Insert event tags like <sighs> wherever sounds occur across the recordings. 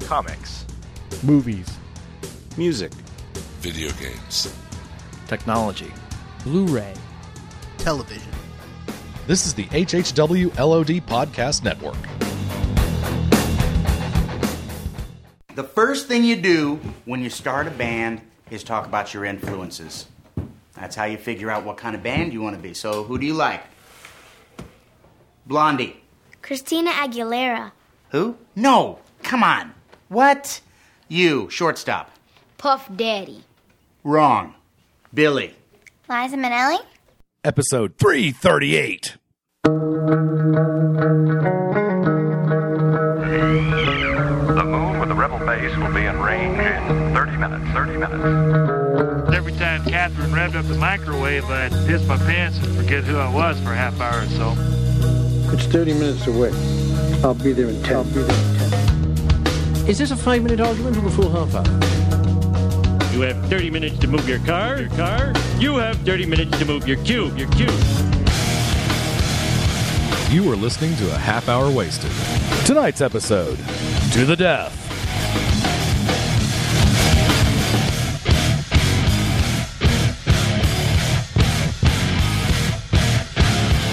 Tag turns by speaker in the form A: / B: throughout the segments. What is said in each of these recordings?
A: comics,
B: movies,
C: music,
D: video games,
E: technology,
F: Blu ray,
G: television.
H: This is the HHW LOD Podcast Network.
I: The first thing you do when you start a band is talk about your influences. That's how you figure out what kind of band you want to be. So, who do you like? Blondie.
J: Christina Aguilera.
I: Who? No. Come on. What? You, shortstop.
J: Puff Daddy.
I: Wrong. Billy.
J: Liza Minnelli.
H: Episode 338.
K: The moon with the rebel base will be in range in 30 minutes. 30 minutes.
L: Every time Catherine revved up the microwave, I'd piss my pants and forget who I was for a half hour or so.
M: It's 30 minutes away. I'll be there in 10. I'll be there in 10.
N: Is this a five minute argument or a full half hour?
O: You have 30 minutes to move your car, your car. You have 30 minutes to move your cube, your cube.
H: You are listening to a half hour wasted. Tonight's episode To the Death.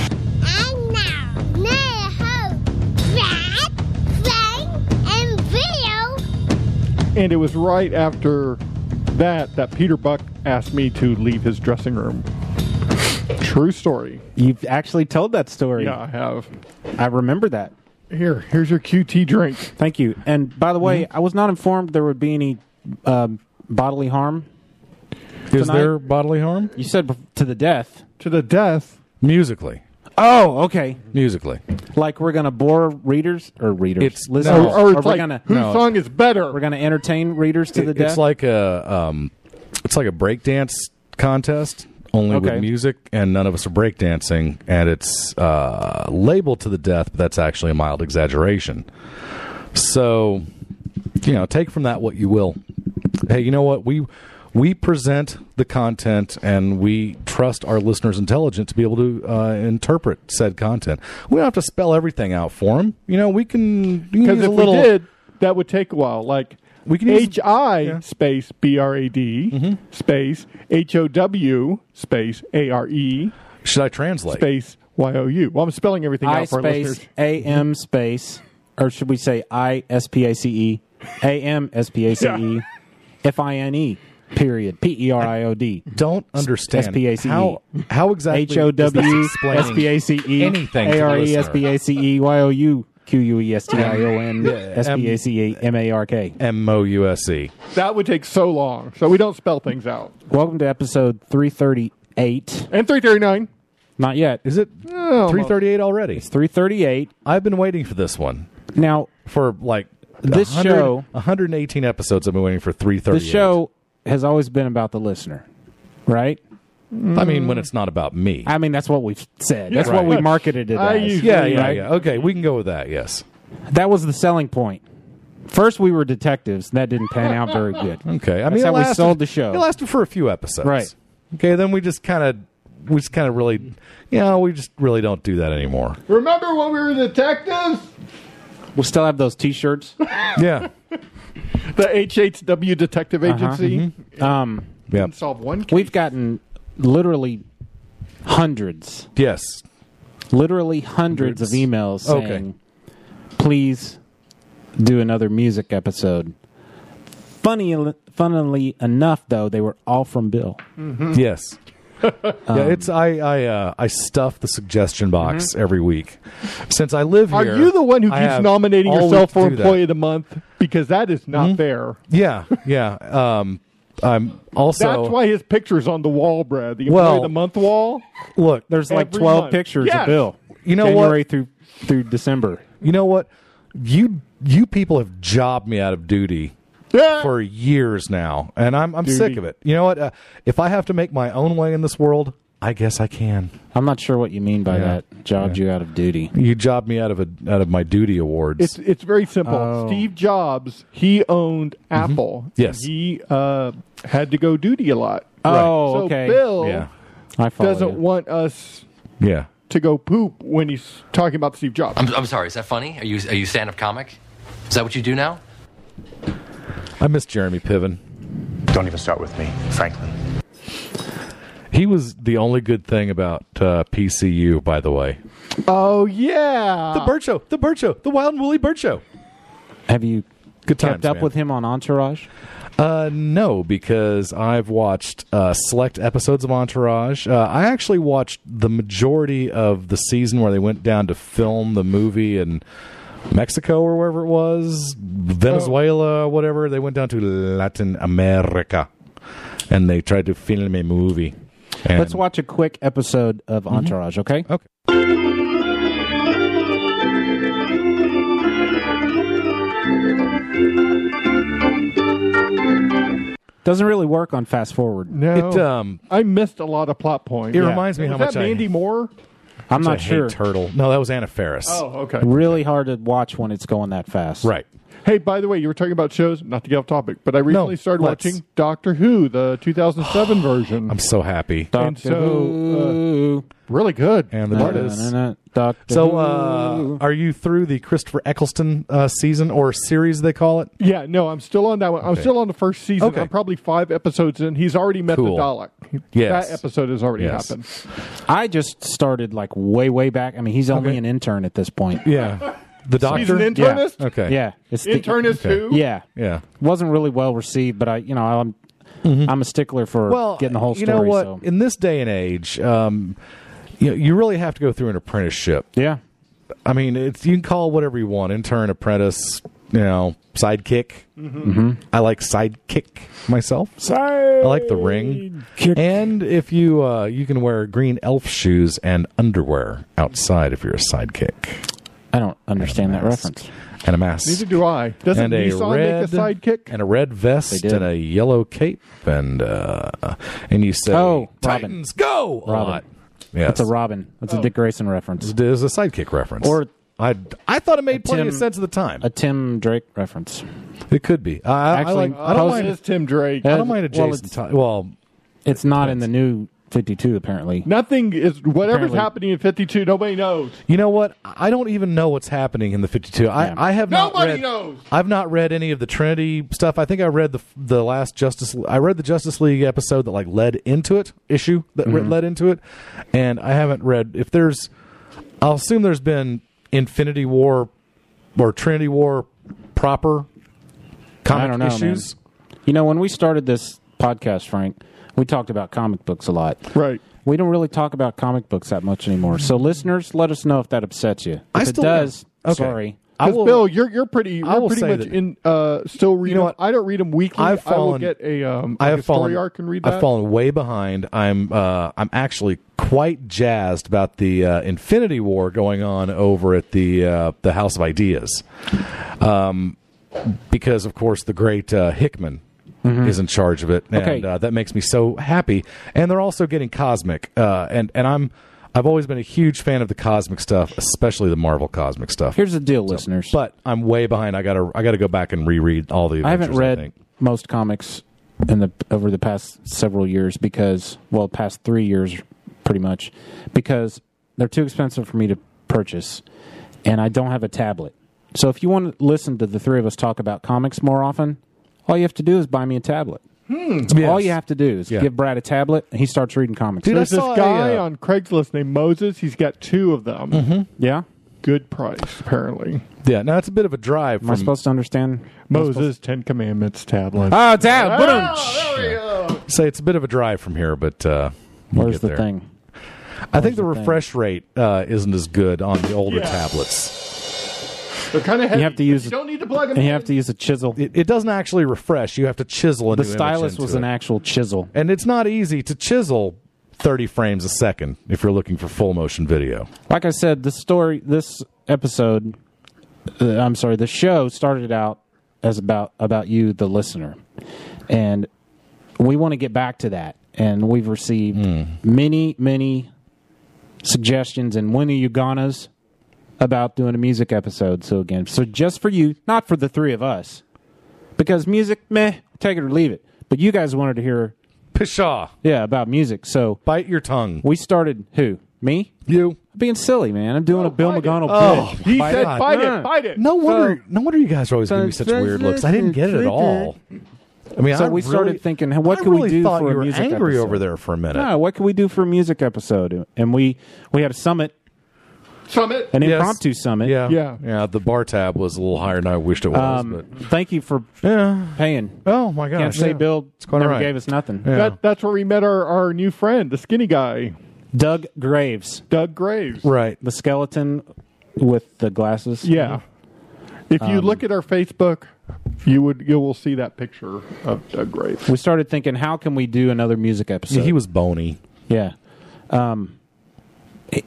P: And now, Mayor Ho, Brad, Frank, and Video.
B: And it was right after that that Peter Buck asked me to leave his dressing room. True story.
Q: You've actually told that story.
B: Yeah, I have.
Q: I remember that.
B: Here, here's your QT drink. Mm-hmm.
Q: Thank you. And by the way, I was not informed there would be any um, bodily harm.
B: Is
Q: Tonight-
B: there bodily harm?
Q: You said bef- to the death.
B: To the death.
H: Musically.
Q: Oh, okay.
H: Musically.
Q: Like we're gonna bore readers or readers.
H: It's-
Q: listeners.
H: no.
B: Or, or
Q: we're
B: it's like,
Q: gonna
B: whose
H: No,
B: song is better?
Q: we're gonna entertain readers to the
H: It-
Q: death.
H: It's like a um, it's like a breakdance contest only
Q: Okay.
H: with music, and none of us are breakdancing, and it's uh, labeled to the death, but that's actually a mild exaggeration. So, you know, take from that what you will. Hey, you know what we we present the content, and we trust our listeners' intelligence to be able to uh, interpret said content. We don't have to spell everything out for them. You know, we can we can
B: Because
H: use
B: if
H: a little.
B: we did, that would take a while. Like
H: We can use-
B: H I
H: yeah.
B: space B R A D
Q: Mm-hmm.
B: space H O W space A R E
H: Should I translate?
B: space Y O U. Well, I'm spelling everything
Q: I
B: out for our
Q: space
B: listeners.
Q: A M space, or should we say I S P A C E A M S P A C E
B: Yeah.
Q: F I N E period P E R I O D.
H: don't understand
Q: S-P-A-C-E.
H: how how exactly
Q: E. H O W
H: is this
Q: S
H: explaining
Q: P A C E
H: anything to the
Q: A R E S P A C E Y O U Q U E S T I O N
H: Yeah,
Q: S P A C E M A R K.
H: M O U S E.
B: That would take so long. So we don't spell things out.
Q: Welcome to episode 338.
B: And 339.
Q: Not yet. It's
H: Is it
Q: Oh,
H: three thirty eight already?
Q: 338.
H: I've been waiting for this one
Q: Now,
H: for like
Q: This show-
H: one hundred and eighteen episodes. I've been waiting for three thirty.
Q: the show has always been about the listener, right?
H: I mean, when it's not about me.
Q: I mean, that's what we've said. That's
H: Right.
Q: what we marketed it
B: I
Q: as.
B: usually-
H: yeah, yeah,
Q: Right.
H: yeah. Okay, we can go with that. Yes.
Q: That was the selling point. First, we were detectives, and that didn't pan out
H: <laughs>
Q: very good.
H: Okay. I mean,
Q: That's
H: it
Q: how we
H: lasted-
Q: sold the show.
H: It lasted for a few episodes.
Q: Right.
H: Okay. Then we just kind of, we just kind of really, you know, we just really don't do that anymore.
B: Remember when we were detectives?
Q: We'll still have those T-shirts.
H: Yeah.
B: The HHW Detective Agency.
Q: Um,
H: Yeah.
B: Solve one case.
Q: Uh-huh, we've gotten literally hundreds,
H: Yes.
Q: literally hundreds, of emails
H: Okay.
Q: saying, "Please do another music episode." Funny, funnily enough, though, they were all from Bill.
B: <laughs>
H: Yes.
B: Um,
H: yeah, it's I I uh, I stuff the suggestion box every week. Since I live here,
B: Mm-hmm. Are you the one who
H: I
B: keeps
H: have
B: nominating
H: all week
B: yourself for
H: to do that.
B: Employee of the Month? Because that is not
Q: Mm-hmm.
B: fair.
H: Yeah, yeah. Um, I'm also
B: That's why his picture's on the wall, Brad. The Employee
H: Well-
B: of the Month wall.
H: look.
Q: There's like
B: Every
Q: twelve
B: month.
Q: pictures
B: Yes.
Q: of Bill.
H: You know what?
Q: January through through December.
H: You know what? You you people have jobbed me out of duty
B: Yeah.
H: for years now, and I'm I'm sick
B: Duty.
H: of it. You know what? Uh, if I have to make my own way in this world, I guess I can.
Q: I'm not sure what you mean by
H: Yeah.
Q: that. Jobbed you out of duty.
H: You jobbed me out of a out of my duty awards.
B: It's it's very simple.
Q: Oh. Mm-hmm.
B: Steve Jobs he owned Apple.
H: Yes.
B: he uh, had to go duty a lot.
Q: Oh,
B: so
Q: okay.
B: Bill
H: yeah,
Q: I follow
B: doesn't
Q: you.
B: want us
H: yeah.
B: to go poop when he's talking about Steve Jobs.
R: I'm, I'm sorry. Is that funny? Are you are you stand up comic? Is that what you do now?
H: I miss Jeremy Piven.
A: Don't even start with me, Franklin.
H: He was the only good thing about uh, PCU, by the way.
B: Oh yeah,
H: the Bird Show, the Bird Show, the Wild and Woolly Bird Show.
Q: Have you
H: Good
Q: kept
H: times,
Q: up
H: man.
Q: with him on Entourage?
H: Uh, no, because I've watched uh, select episodes of Entourage. Uh, I actually watched the majority of the season where they went down to film the movie in Mexico or wherever it was, Venezuela, whatever. They went down to Latin America and they tried to film a movie. And Mm-hmm.
Q: Let's watch a quick episode of Entourage, okay?
H: Okay.
Q: Doesn't really work on fast forward.
B: No,
Q: Oh,
H: It, um,
B: I missed a lot of plot points.
H: It reminds me
B: Was
H: how
B: that
H: much I
B: Mandy
H: hate-
B: Moore.
Q: I'm
H: I
Q: not
H: hate
Q: sure.
H: Turtle. No, that was Anna Faris.
B: Oh, okay.
Q: Really hard to watch when it's going that fast.
H: Right.
B: Hey, by the way, you were talking about shows. Not to get off topic, but I recently started
H: let's.
B: watching Doctor Who, the
H: <gasps>
B: 2007 version.
H: I'm so happy.
B: And so, uh, really good.
H: And the part is.
Q: Doctor
H: So, uh, are you through the Christopher Eccleston uh, season or series they call it?
B: Yeah, no, I'm still on that one. I'm
H: Okay.
B: still on the first season.
H: Okay.
B: I'm probably five episodes in. He's already met
H: Cool.
B: the Dalek.
H: Yes.
B: That episode has already
H: Yes.
B: happened.
Q: I just started like way, way back. I mean, he's only an intern at this point.
H: Yeah, the doctor.
B: He's an internist?
H: Yeah. Okay.
Q: Yeah. It's the-
B: Internist
H: Okay.
B: who?
Q: yeah.
H: Yeah.
Q: Wasn't really well received, but I, you know, I'm, I'm a stickler for
H: Well,
Q: getting the whole
H: you
Q: story.
H: know what?
Q: So.
H: In this day and age, um, you know, you really have to go through an apprenticeship.
Q: Yeah.
H: I mean, it's you can call it whatever you want: intern, apprentice, you know, sidekick.
B: Mm-hmm.
Q: Mm-hmm.
H: I like sidekick myself.
Q: Sorry.
H: I like the ring. And if you uh, you can wear green elf shoes and underwear outside if you're a sidekick
Q: I don't understand that reference.
H: and a mask.
B: Neither do I. Doesn't
H: and a
B: Nissan
H: red
B: make a sidekick?
H: and a red vest
Q: They did.
H: and a yellow cape and uh, and you say
Q: Oh, Robin.
H: Titans go a
Q: Robin.
H: lot. Yes.
Q: That's a Robin. That's a Dick Grayson reference.
H: It is Oh. a sidekick reference.
Q: Or-
H: I I thought it made plenty of
Q: Tim-
H: sense at the time.
Q: A Tim Drake reference.
H: it could be. I,
Q: Actually,
H: I, like, I don't
Q: post- Uh,
B: It
H: mind.
B: is Tim Drake.
H: I don't mind a
Q: well,
H: Jason.
Q: it's-
H: Todd. well
Q: It's not in the new 52, apparently.
B: Nothing is whatever's
Q: Apparently-
B: happening in 52. Nobody knows.
H: You know what? I don't even know what's happening in the 52. I,
Q: Yeah.
H: I have not
B: Nobody
H: read,
B: knows.
H: I've not read any of the Trinity stuff. I think I read the the last Justice. I read the Justice League episode that like led into it issue that
Q: Mm-hmm.
H: re- led into it, and I haven't read if there's. I'll assume there's been Infinity War or Trinity War proper comic
Q: I don't know,
H: issues.
Q: You know, when we started this podcast, Frank, we talked about comic books a lot.
B: Right.
Q: We don't really talk about comic books that much anymore. So, listeners, let us know if that upsets you. If
H: I
Q: it
H: still
Q: does,
H: okay.
Q: sorry.
H: I
B: Because
H: will,
B: Bill, you're you're pretty
H: I
B: you're
H: will
B: pretty
H: say
B: much
H: that-
B: in uh still reading.
H: know what?
B: I don't read them weekly.
H: I've
B: I
H: fallen.
B: will get a um
H: I
B: like
H: have
B: a
H: fallen.
B: story arc and read that.
H: I've fallen way behind. I'm. Uh, I'm actually quite jazzed about the uh, Infinity War going on over at the uh, the House of Ideas, um, because of course the great uh, Hickman. Is in charge of it, and
Q: Mm-hmm. Okay.
H: uh, that makes me so happy. And they're also getting cosmic, uh, and and I'm I've always been a huge fan of the cosmic stuff, especially the Marvel cosmic stuff.
Q: Here's the deal, listeners.
H: but I'm way behind. I gotta I gotta go back and reread all the.
Q: I haven't
H: Avengers,
Q: read
H: think.
Q: most comics in the over the past several years because, well, past three years, pretty much, because they're too expensive for me to purchase, and I don't have a tablet. So, if you want to listen to the three of us talk about comics more often, all you have to do is buy me a tablet. All you have to do is
H: Yeah.
Q: give Brad a tablet, and he starts reading comics.
H: Dude, I
B: There's this
H: saw a,
B: guy
H: uh,
B: on Craigslist named Moses. He's got two of them.
Q: yeah,
B: Good price, apparently.
H: Yeah, now it's a bit of a drive.
Q: am I
H: from-
Q: supposed to understand?
B: Moses, Ten Commandments tablet.
Q: Oh, tab.
B: there we go.
H: say it's a bit of a drive from here, but uh, we'll
Q: Where's
H: get
Q: the
H: there.
Q: thing?
H: I think the, refresh rate uh, isn't as good on the older
B: Yeah.
H: tablets.
B: They're kind of heavy.
Q: have to use-
B: You don't need to plug them.
Q: And you
B: in.
Q: have to use a chisel.
H: It, it doesn't actually refresh. You have to chisel a
Q: the
H: new image
Q: stylus
H: into
Q: was an
H: it.
Q: actual chisel.
H: and it's not easy to chisel thirty frames a second if you're looking for full motion video.
Q: like I said, the story, this episode, uh, I'm sorry, the show started out as about about you, the listener, and we want to get back to that. And we've received many, many suggestions and Winnie Uganas about doing a music episode. So again, so just for you, not for the three of us, because music, meh, take it or leave it. But you guys wanted to hear,
H: Pshaw!
Q: yeah, about music. So
H: Bite your tongue.
Q: we started who Me?
H: You?
Q: Being silly, man. I'm doing a Bill McConnell
H: Oh,
Q: bit.
H: my He said, God. "Fight it,
B: fight it.
H: No wonder, no wonder you guys are always giving me such weird looks. I didn't get it at all. I mean,
Q: so
H: I
Q: we started
H: really-
Q: thinking, "Hey, what
H: I
Q: can
H: really
Q: we do
H: thought
Q: for
H: you
Q: a
H: were
Q: music
H: angry
Q: episode?
H: over there for a minute.
Q: No, what can we do for a music episode? And we we had a summit,
B: Summit.
Q: an impromptu summit.
H: Yeah. yeah, The bar tab was a little higher than I wished it was.
Q: Um, thank you for paying.
H: Oh my
Q: Can't
H: gosh,
Q: say
H: yeah.
Q: Bill
H: It's quite
Q: never
H: all right.
Q: gave us nothing.
H: Yeah.
B: That, that's where we met our, our new friend, the skinny guy,
Q: Doug Graves,
B: Doug Graves.
H: but right.
Q: the skeleton with the glasses.
B: Yeah. If you
Q: Um,
B: look at our Facebook, you would you will see that picture of Doug Graves.
Q: We started thinking, how can we do another music episode?
H: Yeah, he was bony.
Q: Yeah. Um, it-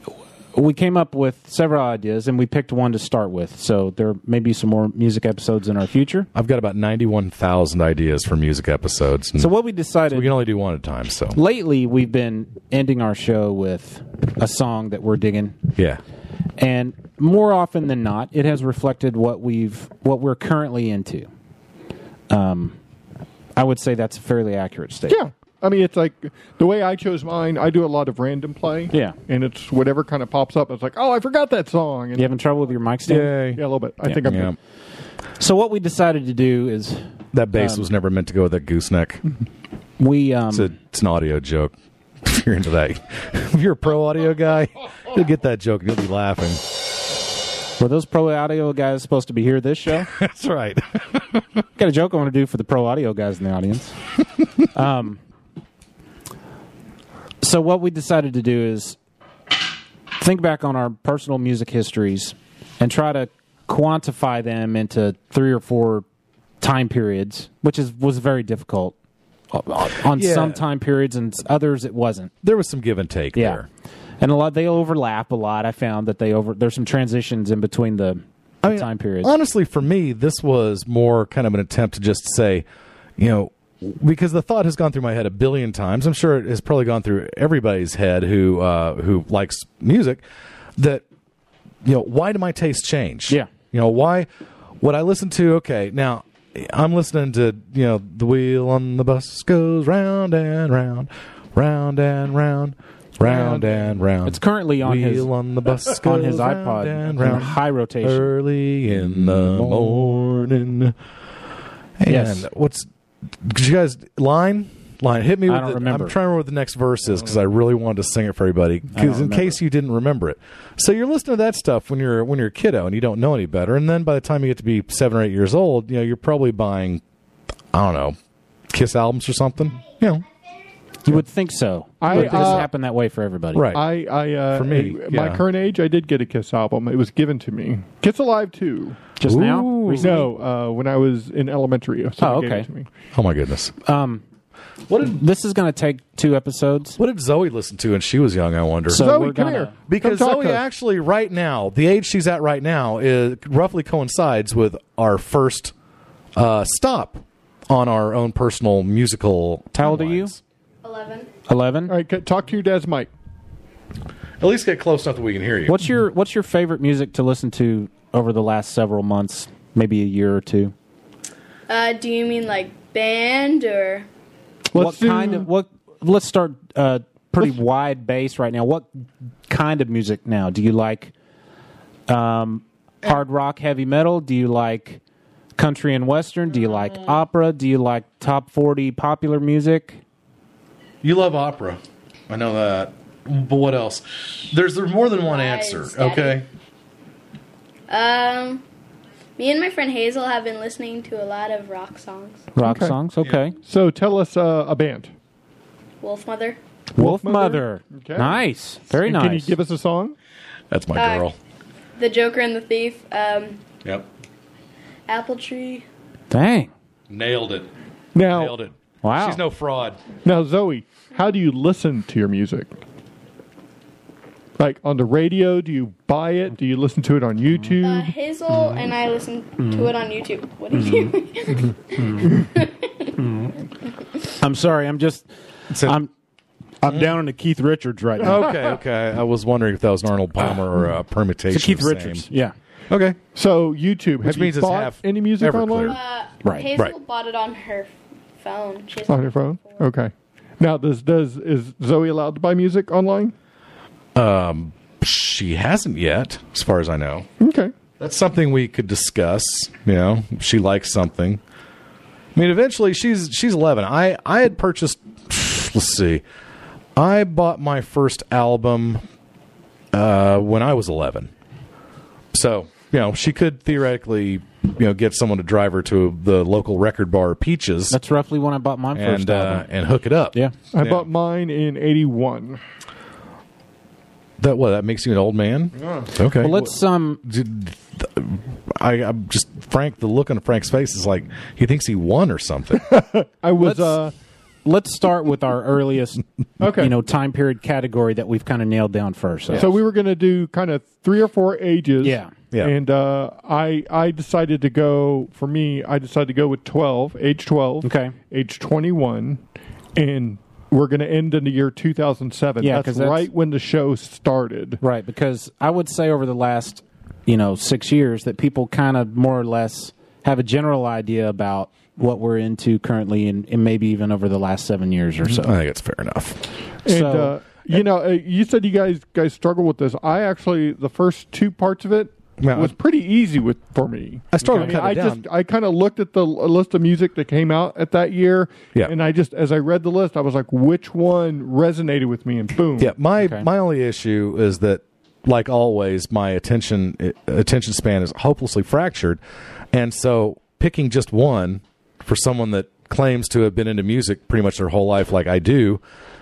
Q: we came up with several ideas and we picked one to start with. So there may be some more music episodes in our future.
H: I've got about ninety-one thousand ideas for music episodes. and
Q: So what we decided
H: we can only do one at a time. So
Q: lately we've been ending our show with a song that we're digging
H: yeah,
Q: and more often than not it has reflected what we've what we're currently into. Um I would say that's a fairly accurate statement.
B: Yeah. I mean, it's like the way I chose mine. I do a lot of random play.
Q: Yeah.
B: and it's whatever kind of pops up. It's like, oh, I forgot that song. And
Q: You having trouble with your mic stand?
B: yeah, a little bit. I
Q: Yeah.
B: think I'm.
H: yeah.
Q: So what we decided to do is
H: That bass
Q: Um, Mhm.
H: was never meant to go with that gooseneck.
Q: we um
H: It's, a, it's an audio joke. <laughs> If you're into that, if you're a pro audio guy, you'll get that joke and you'll be laughing.
Q: Were those pro audio guys supposed to be here this show?
H: That's right.
Q: Got a joke I want to do for the pro audio guys in the audience. um, so what we decided to do is think back on our personal music histories and try to quantify them into three or four time periods, which is was very difficult. Uh, On
H: Yeah.
Q: some time periods and s- others, it wasn't.
H: There was some give and take
Q: Yeah.
H: there.
Q: And a lot they overlap a lot. I found that they over there's some transitions in between the, the time periods.
H: Honestly, for me, this was more kind of an attempt to just say, you know, because the thought has gone through my head a billion times. I'm sure it has probably gone through everybody's head who uh, who likes music. That you know, why do my tastes change?
Q: Yeah.
H: you know, why what I listen to? Okay, now I'm listening to you know, the wheel on the bus goes round and round, round and round. Round and round.
Q: It's currently on
H: Um, Wheel
Q: his- uh,
H: on the bus
Q: on his
H: goes round
Q: iPod
H: and
Q: in
H: round.
Q: high rotation. Mm-hmm.
H: early in the morning. And
Q: Yes.
H: what's did you guys line line hit me?
Q: I
H: With
Q: don't
H: the,
Q: remember.
H: I'm trying to remember what the next verse is because I really wanted to sing it for everybody.
Q: I don't
H: Because in
Q: remember.
H: case you didn't remember it, so you're listening to that stuff when you're when you're a kiddo and you don't know any better, and then by the time you get to be seven or eight years old, you know you're probably buying, I don't know, Kiss albums or something. You know,
Q: You would think so.
B: I,
Q: but this
B: uh,
Q: happened that way for everybody.
H: right?
B: I, I uh,
H: For me,
B: I- my
H: yeah.
B: current age, I did get a Kiss album. It was given to me. Kiss Alive too.
Q: Just now?
H: Ooh.
Q: Recently?
B: No, uh, when I was in elementary,
Q: Oh,
B: someone gave
Q: okay.
B: it to me.
H: oh my goodness,
Q: Um, what this is going to take two episodes.
H: what did Zoe listen to when she was young? I wonder.
Q: So
B: Zoe,
Q: we're
B: come
Q: gonna-
B: here.
H: Because
B: Come talk
H: Zoe
B: to us.
H: actually, right now, the age she's at right now is roughly coincides with our first uh, stop on our own personal musical.
Q: How old are you?
H: timelines.
J: 11.
Q: 11?
B: All right, c- talk to your dad's mic.
H: At least get close enough that we can hear you.
Q: What's your What's your favorite music to listen to over the last several months? Maybe a year or two.
C: Uh, do you mean like band or?
Q: what kind of what? Let's start. Uh, pretty wide base right now. What kind of music now do you like? Um, hard rock, heavy metal. Do you like country and western? Do you like
C: Mm.
Q: opera? Do you like top forty popular music?
H: You love opera. I know that. But what else? There's there's more than one answer.
C: Daddy. okay? Um, me and my friend Hazel have been listening to a lot of rock songs.
Q: Rock
B: Okay.
Q: songs. Okay.
B: So tell us uh, a band.
C: Wolf Mother.
Q: Wolf
B: Mother.
Q: Mother.
B: Okay.
Q: Nice. Very
B: And
Q: nice.
B: Can you give us a song?
H: That's my
C: Uh,
H: girl.
C: The Joker and the Thief. Um,
H: Yep.
C: Apple Tree.
Q: Dang.
H: Nailed it.
B: Now,
H: Nailed it.
Q: Wow.
H: She's no fraud.
B: now, Zoe, how do you listen to your music? Like on the radio? Do you buy it? Do you listen to it on
C: Uh,
B: YouTube?
C: Hazel and I listen to it on YouTube. What do you mean?
Q: Mm-hmm. <laughs> I'm sorry. I'm just. I'm. I'm down into Keith Richards right now.
H: Okay, okay. I was wondering if that was an Arnold Palmer or a permutation.
Q: It's Keith
H: of same.
Q: Richards. Yeah.
H: Okay.
B: So YouTube. Have
H: means it's
B: you bought
H: half
B: any music
H: Everclear.
B: online
C: uh,
Q: Right,
C: Hazel
H: right.
C: bought it on her phone. She's
B: on your phone? Okay. Now, does does is Zoe allowed to buy music online?
H: Um, she hasn't yet, as far as I know.
B: Okay.
H: That's something we could discuss. You know, if she likes something. I mean, eventually she's she's eleven. I I had purchased. <sighs> Let's see. I bought my first album uh, when I was eleven. So you know, she could theoretically you know get someone to drive her to the local record bar, Peaches,
Q: That's roughly when I bought my first
H: and uh,
Q: album.
H: and hook it up. Yeah,
B: I bought mine in '81.
H: That what? That makes you an old man.
B: Yeah.
H: Okay.
Q: Well, let's um.
H: I, I'm just Frank. The look on Frank's face is like he thinks he won or something.
B: I was.
Q: Let's, uh, let's start with our
H: <laughs>
Q: earliest, okay. you know, time period category that we've kind of nailed down first. So,
B: So we were going to do kind of three or four ages.
Q: Yeah.
H: Yeah.
B: And uh, I I decided to go for me. I decided to go with twelve, age twelve.
Q: Okay.
B: Age twenty one, and we're going to end in the year two thousand seven.
Q: Yeah, 'cause
B: that's
Q: that's-
B: right when the show started.
Q: right, because I would say over the last, you know, six years that people kind of more or less have a general idea about what we're into currently, and, and maybe even over the last seven years or so.
H: I think it's fair enough.
B: And
Q: So-
B: uh, you know, uh, you said you guys guys struggle with this. I actually the first two parts of it
H: Yeah, I-
B: was pretty easy with for me.
H: I started
B: mean, I
H: cutting it
B: just I kind of looked at the l- list of music that came out at that year,
H: Yeah.
B: and I just as I read the list, I was like, which one resonated with me, and boom,
H: Yeah, my my only issue is that, like always, my attention i- attention span is hopelessly fractured, and so picking just one for someone that claims to have been into music pretty much their whole life, like I do,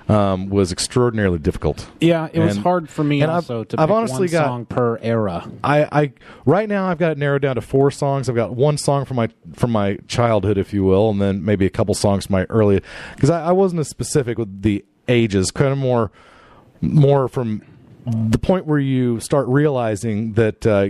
H: um, was extraordinarily difficult.
Q: Yeah, it was
H: And-
Q: hard for me
H: and I've-
Q: also to
H: I've
Q: pick
H: honestly
Q: one
H: got-
Q: song per era.
H: I, I right now I've got it narrowed down to four songs. I've got one song from my from my childhood, if you will, and then maybe a couple songs from my early because I, I wasn't as specific with the ages. Kind of more more from the point where you start realizing that uh,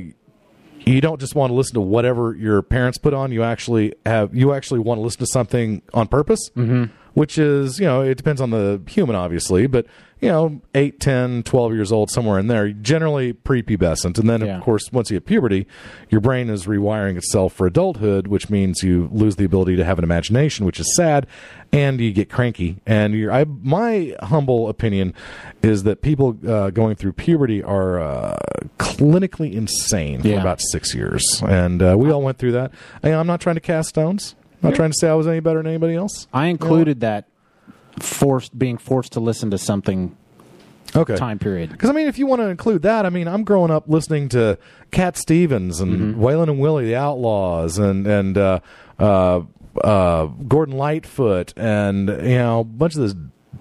H: you don't just want to listen to whatever your parents put on. You actually have you actually want to listen to something on purpose. Mm-hmm. Which is, you know, it depends on the human, obviously, but, you know, 8, 10, 12 years old, somewhere in there, generally prepubescent. And then,
Q: Yeah.
H: of course, once you hit puberty, your brain is rewiring itself for adulthood, which means you lose the ability to have an imagination, which is sad, and you get cranky. And you're, I, my humble opinion is that people uh, going through puberty are uh, clinically insane for
Q: Yeah.
H: about six years, and uh, we all went through that. And I'm not trying to cast stones. I'm not trying to say I was any better than anybody else.
Q: I included that forced being forced to listen to something
H: Okay.
Q: time period.
H: Because I mean, if you want to include that, I mean, I'm growing up listening to Cat Stevens and Waylon and Willie, the Outlaws, and and uh, uh, uh, Gordon Lightfoot, and you know, a bunch of this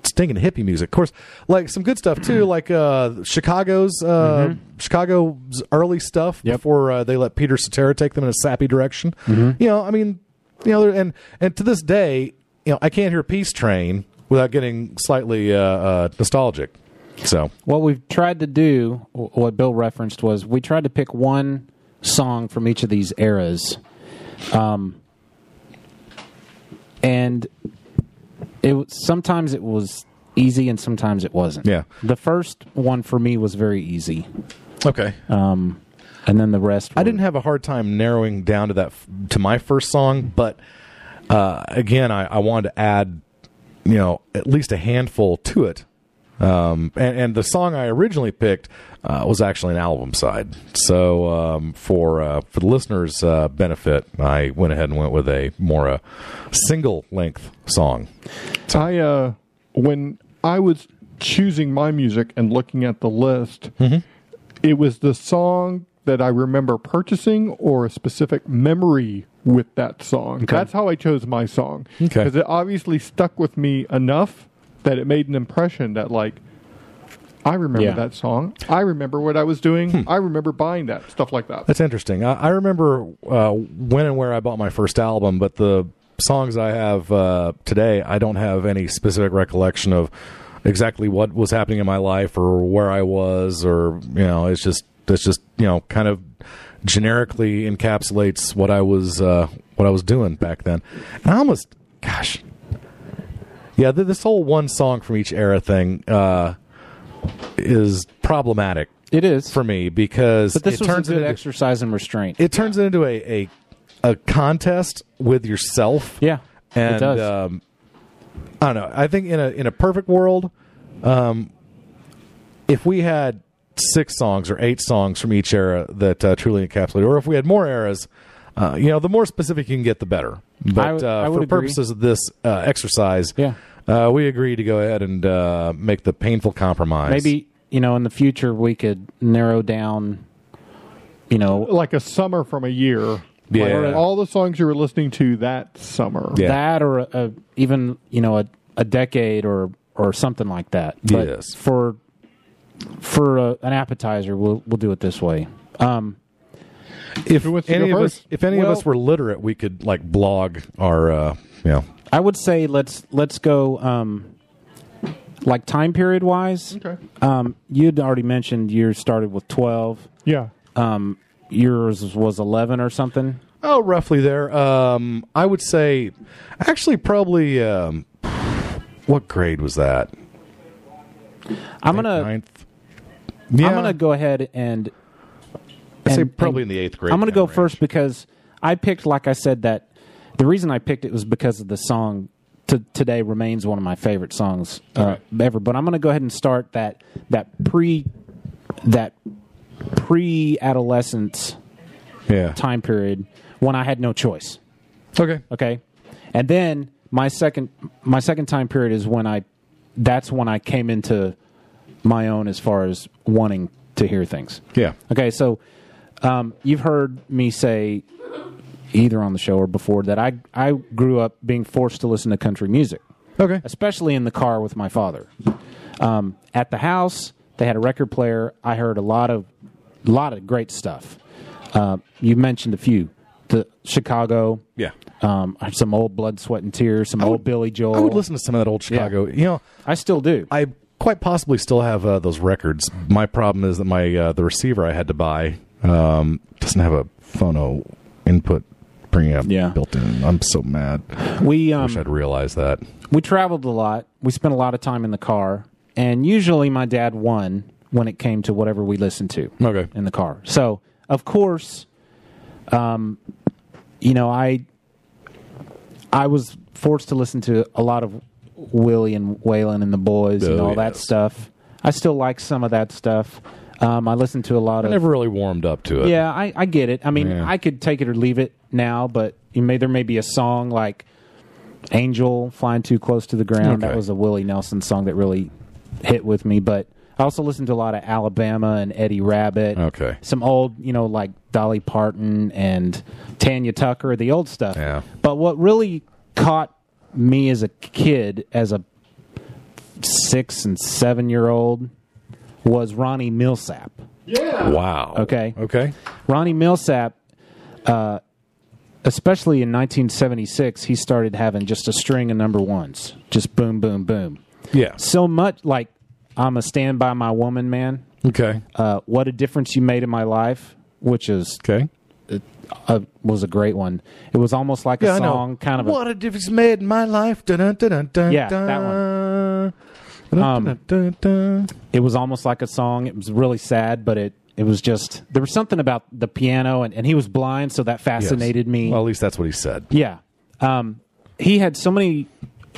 H: stinking hippie music. Of course, like some good stuff too, like uh, Chicago's uh, Chicago's early stuff before uh, they let Peter Cetera take them in a sappy direction. You know, I mean, you know, there- and and to this day, you know, I can't hear Peace Train without getting slightly uh, uh, nostalgic. So.
Q: What we've tried to do, wh- what Bill referenced, was we tried to pick one song from each of these eras, um, and it was- sometimes it was easy and sometimes it wasn't.
H: Yeah.
Q: the first one for me was very easy,
H: Okay.
Q: um, and then the rest.
H: I didn't have a hard time narrowing down to that to my first song, but uh, again, I, I wanted to add, you know, at least a handful to it. Um, and, and the song I originally picked uh, was actually an album side. So um, for uh, for the listeners' uh, benefit, I went ahead and went with a more uh, single length song.
B: I uh, when I was choosing my music and looking at the list,
H: Mm-hmm.
B: it was the song that I remember purchasing or a specific memory with that song. That's how I chose my song
H: Okay.
B: because it obviously stuck with me enough that it made an impression that like. I remember
H: Yeah. Hmm.
B: that song. I remember what I was doing. I remember buying that stuff like that.
H: That's interesting. I, I remember uh, when and where I bought my first album, but the songs I have uh, today, I don't have any specific recollection of exactly what was happening in my life or where I was, or you know, it's just it's just you know, kind of generically encapsulates what I was uh, what I was doing back then. And I almost, gosh, yeah, th- this whole one song from each era thing uh, is problematic.
Q: It is
H: for me because
Q: But this
H: it
Q: was a
H: turns
Q: good
H: it into,
Q: exercise in restraint.
H: It turns it into a, a a contest with yourself.
Q: Yeah, it
H: and uh,
Q: does.
H: Um, I don't know. I think in a in a perfect world, um, if we had six songs or eight songs from each era that uh, truly encapsulate, or if we had more eras, uh, you know, the more specific you can get, the better.
Q: I
H: But
Q: would-
H: uh,
Q: I would
H: for
Q: agree.
H: purposes of this uh, exercise, yeah. uh, we agreed to go ahead and uh, make the painful compromise.
Q: Maybe you know in the future we could narrow down. You know,
B: like a summer from a year.
Q: Yeah.
B: Like all the songs you were listening to that summer.
Q: that or a, a, even you know a, a decade or or something like that. But
B: Yes.
Q: For for uh an appetizer, we'll we'll do it this way. Um,
H: if
Q: any of us-
H: if any of
Q: Well-
H: us were literate, we could like blog our, uh, you know,
Q: I would say let's let's go um, like time period wise. Okay. Um, you'd already mentioned yours started with twelve.
B: Yeah.
Q: Um, yours was eleven or something.
H: Oh, roughly there. Um, I would say, actually, probably. Um, what grade was that?
Q: I'm gonna I'm gonna go ahead and.
H: I'd say
Q: and-
H: probably
Q: and
H: in the eighth grade
Q: I'm gonna
H: kinda
Q: go first because I picked, like I said, that the reason I picked it was because of the song. To, today remains one of my favorite songs uh, ever. But I'm gonna go ahead and start that that pre that pre adolescence
H: yeah.
Q: time period when I had no choice.
H: Okay.
Q: Okay. And then my second my second time period is when I that's when I came into my own as far as wanting to hear things.
H: Yeah.
Q: Okay, so um, you've heard me say either on the show or before that I I grew up being forced to listen to country music.
H: Okay.
Q: Especially in the car with my father. Um, at the house, they had a record player. I heard a lot of lot of great stuff. Uh, you mentioned a few. The Chicago.
H: Yeah.
Q: Um, some old Blood, Sweat and Tears, some old Billy Joel.
H: I would listen to some of that old Chicago. You know,
Q: I still do.
H: I quite possibly still have uh, those records. My problem is that my uh, the receiver I had to buy um, doesn't have a phono input bringing up built in. I'm so mad.
Q: We um,
H: I wish I'd realized that.
Q: we traveled a lot. We spent a lot of time in the car, and usually my dad won when it came to whatever we listened to.
H: Okay.
Q: In the car, so of course, um, you know I I was forced to listen to a lot of Willie and Waylon and the Boys and
H: Oh,
Q: all that
H: yes.
Q: stuff. I still like some of that stuff. Um, I listened to a lot
H: I
Q: of
H: never really warmed up to it.
Q: yeah, I, I get it. I mean,
H: Yeah.
Q: I could take it or leave it now, but you may there may be a song like "Angel Flying Too Close to the Ground." That
H: Okay.
Q: was a Willie Nelson song that really hit with me. But I also listened to a lot of Alabama and Eddie Rabbit.
H: Okay.
Q: some old, you know, like Dolly Parton and Tanya Tucker, the old stuff. Yeah. But what really caught me as a kid, as a six and seven year old, was Ronnie Millsap.
H: Yeah. Wow.
Q: Okay.
H: Okay.
Q: Ronnie Millsap, uh, especially in 1976, he started having just a string of number ones, just boom, boom, boom.
H: Yeah.
Q: So much like I'm a stand by my woman man.
H: Okay.
Q: Uh, what a difference you made in my life, which is
H: okay.
Q: It, uh, was a great one. It was almost like
H: Yeah, I
Q: a
H: know.
Q: song, kind of a
H: What a difference made in my life. Dun, dun, dun, dun, dun,
Q: Yeah,
H: dun.
Q: that
H: one.
Q: Um, it was almost like a song. It was really sad, but it it was just there was something about the piano, and, and he was blind, so that fascinated me.
H: Well, at least that's what he said.
Q: Yeah, um, he had so many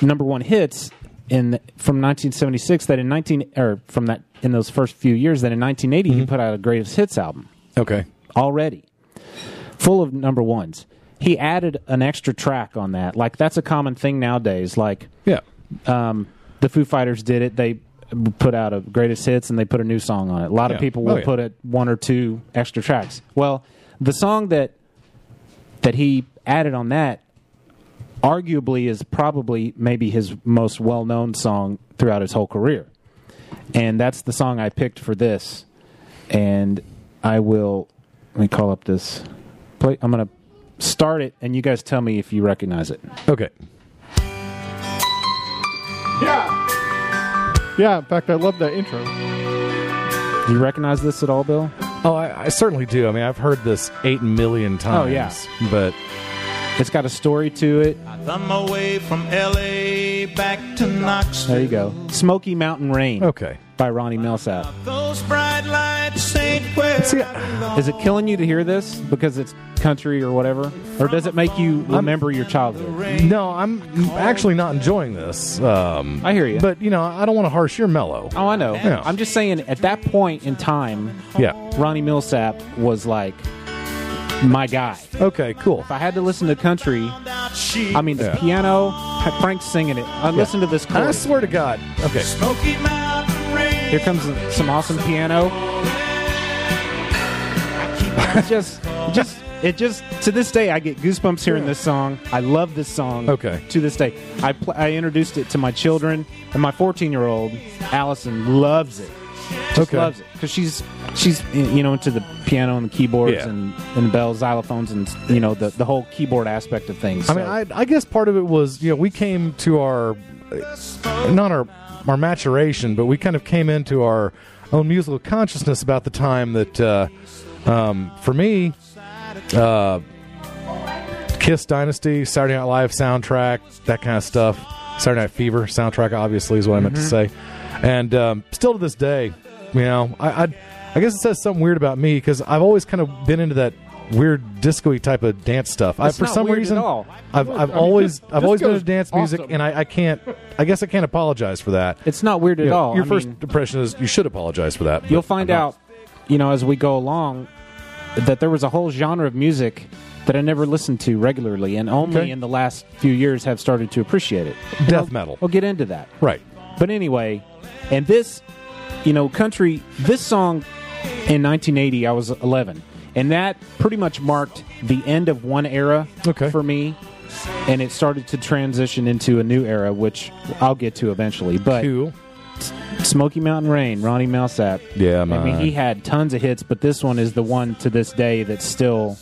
Q: number one hits in from 1976 that in 19 or from that in those first few years that in 1980 he put out a greatest hits album
H: Okay.
Q: already full of number ones. He added an extra track on that. Like that's a common thing nowadays. Like
H: yeah,
Q: um, the Foo Fighters did it. They put out a greatest hits and they put a new song on it. A lot
H: Yeah.
Q: of people will
H: Oh, yeah.
Q: put it one or two extra tracks. Well, the song that that he added on that arguably is probably maybe his most well-known song throughout his whole career. And that's the song I picked for this. And I will let me call up this play I'm going to start it and you guys tell me if you recognize it.
H: Okay.
B: Yeah, in fact, I love that intro.
Q: Do you recognize this at all, Bill?
H: Oh, I, I certainly do. I mean, I've heard this eight million times.
Q: Oh, yeah.
H: But
Q: it's got a story to it.
E: I'm away from LA back to Knoxville.
Q: There you go. Smoky Mountain Rain.
H: Okay.
Q: by Ronnie Millsap.
P: Those bright lights ain't where
Q: Is it killing you to hear this because it's country or whatever, or does it make you remember your childhood?
H: No, I'm actually not enjoying this. Um,
Q: I hear you,
H: but you know I don't want to harsh your mellow.
Q: Oh, I know.
H: Yeah.
Q: I'm just saying, at that point in time,
H: Yeah.
Q: Ronnie Millsap was like my guy.
H: Okay, cool.
Q: If I had to listen to country, I mean, the
H: Yeah.
Q: piano, Frank's singing it. I listened to this.
H: And I
Q: chorus.
H: swear to God. Okay.
P: Smoky Mountain Range.
Q: Here comes some awesome piano. <laughs> It's just, just it just to this day I get goosebumps hearing this song. I love this song.
H: Okay.
Q: To this day, I pl- I introduced it to my children and my 14 year old Allison loves it. Just
H: Okay.
Q: loves it because she's she's you know into the piano and the keyboards
H: Yeah.
Q: and and bells, xylophones, and you know the the whole keyboard aspect of things.
H: I mean,
Q: So-
H: I, I guess part of it was you know we came to our uh, not our our maturation, but we kind of came into our own musical consciousness about the time that uh, um, for me, uh, Kiss Dynasty, Saturday Night Live soundtrack, that kind of stuff, Saturday Night Fever soundtrack, obviously is what I meant to
Q: Mm-hmm.
H: say, and um, still to this day, you know, I. I I guess it says something weird about me because I've always kind of been into that weird disco-y type of dance stuff. I,
Q: It's
H: for
Q: not
H: some
Q: weird at
H: reason,
Q: all.
H: I've
Q: Look,
H: I've
Q: I mean, <laughs>
H: always
Q: this-
H: I've
Q: this
H: always been
Q: goes
H: into dance music,
Q: awesome.
H: and I, I can't. I guess I can't apologize for that.
Q: It's not weird at
H: You know,
Q: all.
H: Your
Q: I
H: first
Q: mean-
H: impression is you should apologize for that.
Q: You'll
H: but
Q: find
H: I'm not.
Q: out, you know, as we go along, that there was a whole genre of music that I never listened to regularly, and only
H: Okay.
Q: in the last few years have started to appreciate it. And
H: Death
Q: I'll-
H: metal.
Q: We'll get into that,
H: right?
Q: But anyway, and this, you know, country. This song in 1980, I was 11, and that pretty much marked the end of one era for me. And it started to transition into a new era, which I'll get to eventually. But
H: Cool.
Q: S- Smoky Mountain Rain, Ronnie Millsap.
H: Yeah,
Q: I mean,
H: man.
Q: he had tons of hits, but this one is the one to this day that still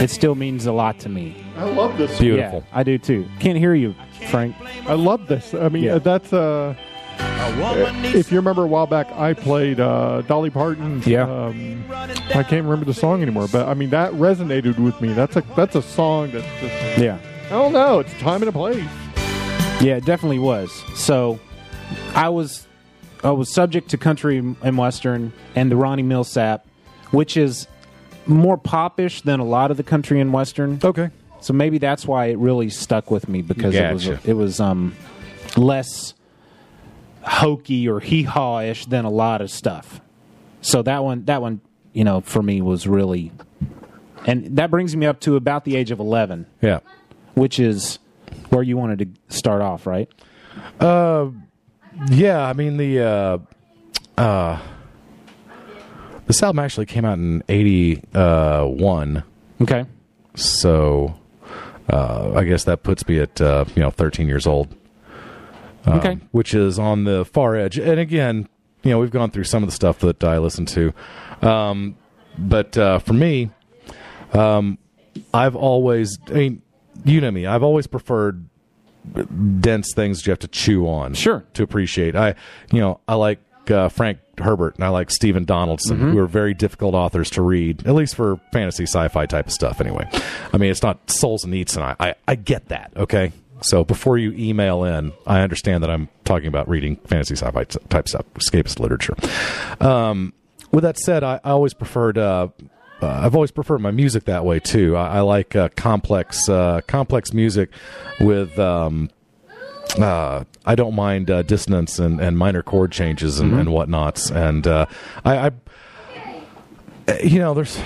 Q: it still means a lot to me.
B: I love this.
Q: Yeah, I do too. Can't hear you, Frank.
B: I love this. I mean,
Q: Yeah.
B: uh, that's uh, if you remember a while back, I played uh, Dolly Parton.
Q: Yeah.
B: Um, I can't remember the song anymore, but I mean that resonated with me. That's a that's a song that's just
Q: Yeah,
B: I don't know. It's time and a place.
Q: yeah, it definitely was. So, I was I was subject to country and western and the Ronnie Millsap, which is more popish than a lot of the country and western.
H: Okay.
Q: So maybe that's why it really stuck with me because it
H: Gotcha.
Q: was it was um less hokey or hee haw ish than a lot of stuff. So that one that one, you know, for me was really and that brings me up to about the age of eleven,
H: Yeah.
Q: which is where you wanted to start off, right?
H: Uh, yeah. I mean the uh, uh, this album actually came out in eighty uh, one.
Q: Okay.
H: So uh, I guess that puts me at uh, you know thirteen years old. um,
Q: Okay.
H: which is on the far edge. And again, you know, we've gone through some of the stuff that I listen to, um, but uh, for me, um, I've always, I mean, you know me, I've always preferred dense things that you have to chew on, sure, to appreciate. I, you know, I like. Uh, Frank Herbert and I like Stephen Donaldson, who are very difficult authors to read, at least for fantasy sci-fi type of stuff. Anyway, I mean it's not souls and eats, and I, I I get that. Okay, so before you email in, I understand that I'm talking about reading fantasy sci-fi t- type stuff, escapist literature. Um, with that said, I, I always preferred. Uh, uh, I've always preferred my music that way too. I, I like uh, complex, uh, complex music with. Um, uh, I don't mind uh, dissonance and, and minor chord changes and, and whatnots, and uh, I, I, uh, you know, there's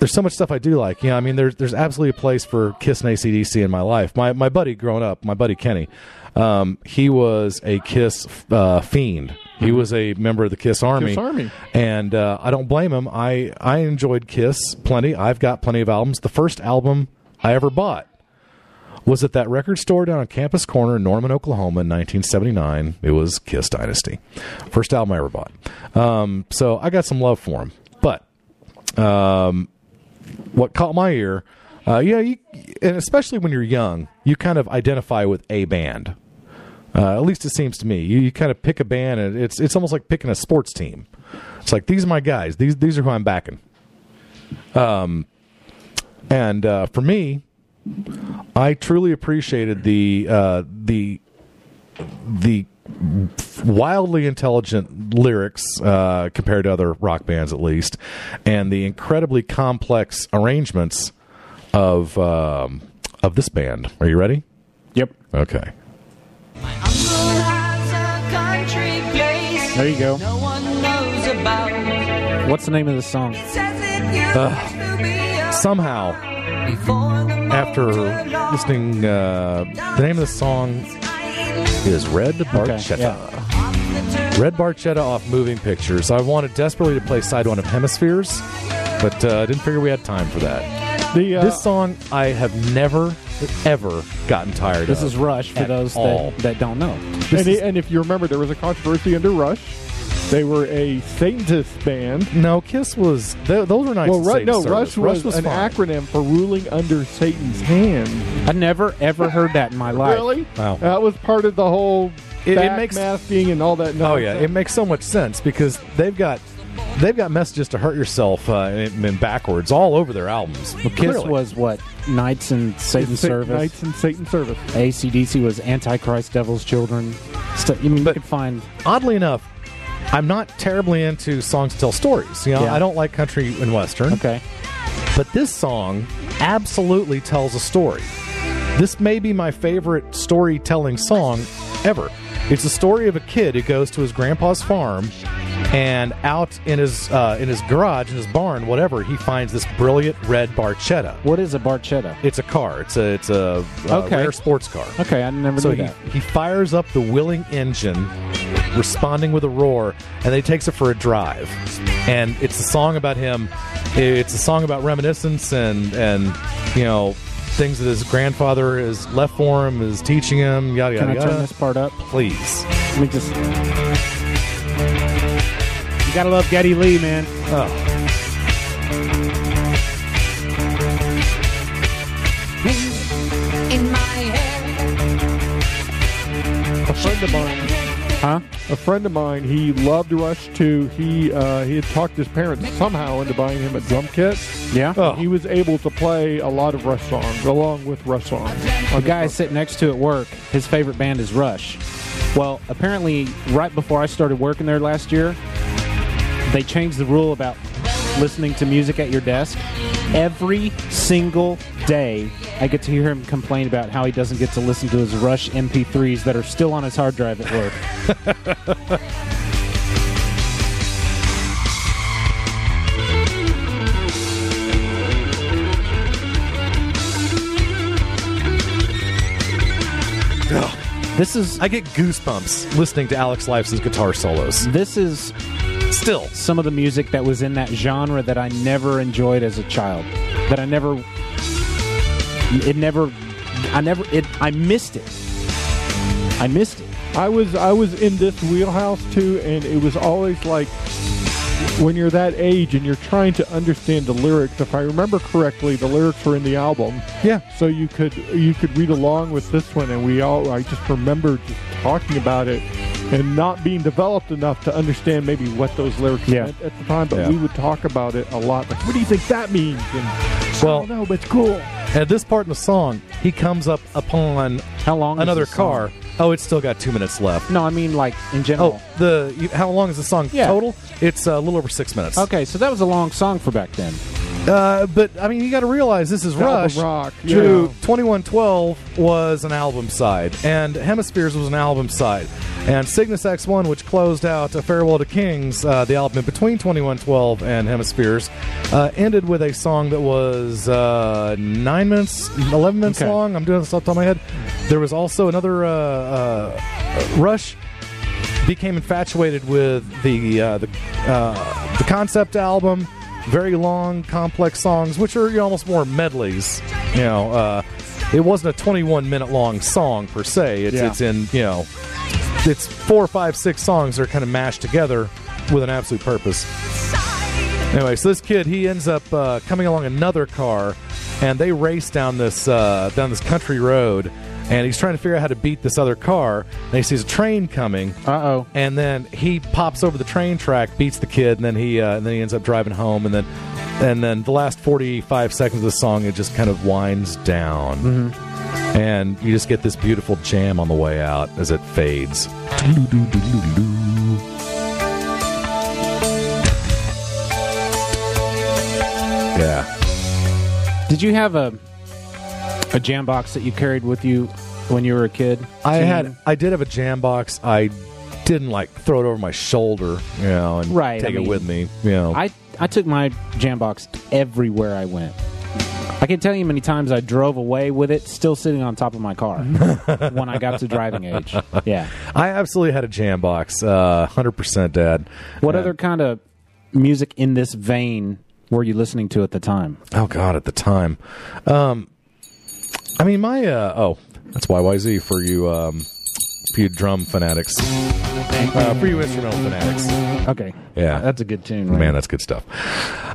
H: there's so much stuff I do like. You know, I mean, there's there's absolutely a place for Kiss and ACDC in my life. My my buddy growing up, my buddy Kenny, um, he was a Kiss uh, fiend. He was a member of the Kiss Army.
B: Army.
H: And uh, I don't blame him. I I enjoyed Kiss plenty. I've got plenty of albums. The first album I ever bought was at that record store down on Campus Corner in Norman, Oklahoma in 1979. It was Kiss Dynasty. First album I ever bought. Um, so I got some love for him. But um, what caught my ear, uh, yeah, you, and especially when you're young, you kind of identify with a band. Uh, at least it seems to me. You, you kind of pick a band, and it's it's almost like picking a sports team. It's like these are my guys. These these are who I'm backing. Um, and uh, for me, I truly appreciated the uh, the the wildly intelligent lyrics uh, compared to other rock bands, at least, and the incredibly complex arrangements of um, of this band. Are you ready?
Q: Yep.
H: Okay.
P: Country place.
Q: There you go.
P: No one knows about.
Q: What's the name of the song?
P: Says it used
H: Ugh.
P: to be a
H: Uh, somehow after listening uh, the name of the song is red barchetta red barchetta off moving pictures i wanted desperately to play side one of hemispheres but uh, i didn't figure we had time for that
Q: The, uh,
H: this song i have never ever gotten tired
Q: This
H: of
Q: is Rush for
H: at
Q: those
H: all.
Q: that, that don't know.
B: And, i- and if you remember, there was a controversy under Rush. They were a Satanist band.
H: No, Kiss was. Th- those were nice
B: Well,
H: and
B: Ru-
H: safe
B: no,
H: service.
B: Rush
H: Rush
B: was,
H: was
B: an
H: fine.
B: acronym for ruling under Satan's hand.
Q: I never ever heard that in my life.
B: Really?
H: Wow.
B: That was part of the whole
H: It- it
B: back
H: makes-
B: masking and all that. Nonsense.
H: Oh yeah, it makes so much sense because they've got they've got messages to hurt yourself uh, and, and backwards all over their albums.
Q: Kiss
H: Clearly.
Q: was what Knights and Satan
B: It's Satan-
Q: Service.
B: Knights and Satan Service.
Q: ACDC was Antichrist, Devil's Children. St- you mean you could find
H: oddly enough, I'm not terribly into songs to tell stories. You know,
Q: Yeah.
H: I don't like country and western.
Q: Okay.
H: But this song absolutely tells a story. This may be my favorite storytelling song ever. It's the story of a kid who goes to his grandpa's farm and out in his uh, in his garage, in his barn, whatever, he finds this brilliant red barchetta.
Q: what is a barchetta?
H: It's a car. It's a it's a uh,
Q: Okay.
H: rare sports car.
Q: Okay, I never
H: So
Q: knew
H: he,
Q: that.
H: he fires up the willing engine, responding with a roar, and then he takes it for a drive. And it's a song about him. It's a song about reminiscence and and you know things that his grandfather has left for him, is teaching him. Yada
Q: Can
H: yada
Q: I
H: yada.
Q: turn this part up?
H: Please.
Q: Let me just. You gotta love Getty Lee, man.
H: Oh.
P: in my
B: A friend of mine,
Q: huh?
B: A friend of mine, he loved Rush too. He uh, he had talked his parents somehow into buying him a drum kit.
Q: Yeah.
B: And He was able to play a lot of Rush songs along with Rush songs.
Q: A guy sitting next to at work, his favorite band is Rush. Well, apparently, right before I started working there last year, they changed the rule about listening to music at your desk. Every single day, I get to hear him complain about how he doesn't get to listen to his Rush MP3s that are still on his hard drive at work. <laughs> This is
H: I get goosebumps listening to Alex Life's guitar solos.
Q: This is
H: still
Q: some of the music that was in that genre that I never enjoyed as a child. That I never it never I never it I missed it. I missed it.
B: I was I was in this wheelhouse too, and it was always like when you're that age and you're trying to understand the lyrics. If I remember correctly, the lyrics were in the album.
H: Yeah.
B: So you could you could read along with this one, and we all I just remember just talking about it and not being developed enough to understand maybe what those lyrics
Q: Yeah.
B: meant at the time. But
H: Yeah.
B: we would talk about it a lot. Like, what do you think that means? And
H: Well-
B: I don't know, but it's cool.
H: At this part in the song, he comes up upon
Q: How long is
H: another
Q: this song?
H: car. Oh, it's still got two minutes left.
Q: No, I mean like in
H: Oh,
Q: general.
H: the you, how long is the song
Q: Yeah.
H: total? It's uh, a little over six minutes.
Q: Okay, so that was a long song for back then.
H: Uh, but I mean, you got to realize this is
B: Album
H: Rush.
B: rock,
H: Drew,
B: yeah.
H: 2112 was an album side, and Hemispheres was an album side, and Cygnus X1, which closed out A Farewell to Kings, uh, the album in between 2112 and Hemispheres, uh, ended with a song that was uh, nine minutes, eleven minutes
Q: Okay.
H: long. I'm doing this off the top of my head. There was also another uh, uh, Rush became infatuated with the uh, the, uh, the concept album. Very long, complex songs, which are you know, almost more medleys. You know, uh, it wasn't a 21 minute long song per se. It's,
Q: Yeah.
H: it's in you know, it's four, five, six songs that are kind of mashed together with an absolute purpose. Anyway, so this kid he ends up uh, coming along another car, and they race down this uh, down this country road, and he's trying to figure out how to beat this other car. And he sees a train coming,
Q: Uh oh.
H: and then he pops over the train track, beats the kid, and then he uh, and then he ends up driving home, and then
Q: Mm-hmm.
H: and then the last forty five seconds of the song it just kind of winds down. And you just get this beautiful jam on the way out as it fades. Yeah.
Q: Did you have a a jam box that you carried with you when you were a kid?
H: I
Q: Too?
H: had I did have a jam box. I didn't like throw it over my shoulder, you know, and
Q: Right,
H: take
Q: I
H: it
Q: mean,
H: with me. You know.
Q: I I took my jam box everywhere I went. I can tell you many times I drove away with it still sitting on top of
H: <laughs>
Q: my car when I got to driving age. Yeah.
H: I absolutely had a jam box. Uh, 100% dad.
Q: What other kind of music in this vein were you listening to at the time?
H: Oh God, at the time, um, I mean my uh, oh, that's YYZ for you, um, for you drum fanatics, uh, for you instrumental fanatics.
Q: Okay.
H: Yeah.
Q: That's a good tune, right?
H: Man, that's good stuff.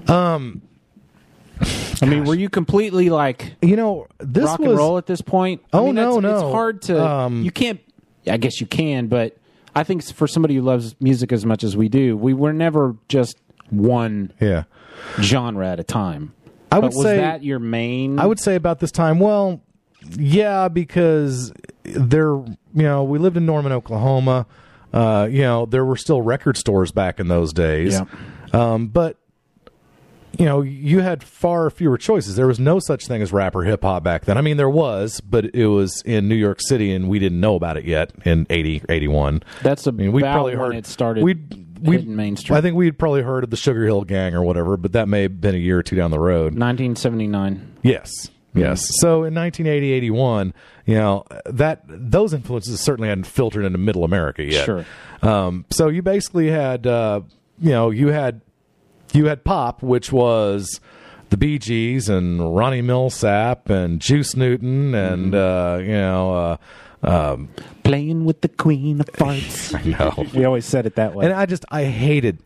H: Um,
Q: I mean, were you completely like
H: you know this
Q: rock
H: was-
Q: and roll at this point? I
H: Oh,
Q: mean,
H: no,
Q: it's, it's
H: no.
Q: hard to
H: Um,
Q: you can't. I guess you can, but I think for somebody who loves music as much as we do, we were never just one
H: yeah
Q: genre at a time.
H: I
Q: But
H: would
Q: was
H: say-
Q: that your main.
H: I would say about this time, well, yeah, because there, you know, we lived in Norman, Oklahoma. Uh, you know, there were still record stores back in those days.
Q: Yeah.
H: Um, but you know, you had far fewer choices. There was no such thing as rapper hip hop back then. I mean, there was, but it was in New York City and we didn't know about it yet in 80, 81.
Q: That's
H: I mean, we
Q: about
H: probably
Q: when
H: heard
Q: it started
H: We'd, we
Q: hitting mainstream.
H: I think we'd probably heard of the Sugar Hill Gang or whatever, but that may have been a year or two down the road.
Q: 1979.
H: Yes. Yes. So in 1980, 81, you know, that those influences certainly hadn't filtered into middle America yet.
Q: Sure.
H: Um, so you basically had, uh, you know, you had you had pop, which was the Bee Gees and Ronnie Millsap and Juice Newton and, uh, you know, uh, um,
Q: Playing with the <laughs> Queen of Farts.
H: I know.
Q: we always said it that way.
H: And I just I hated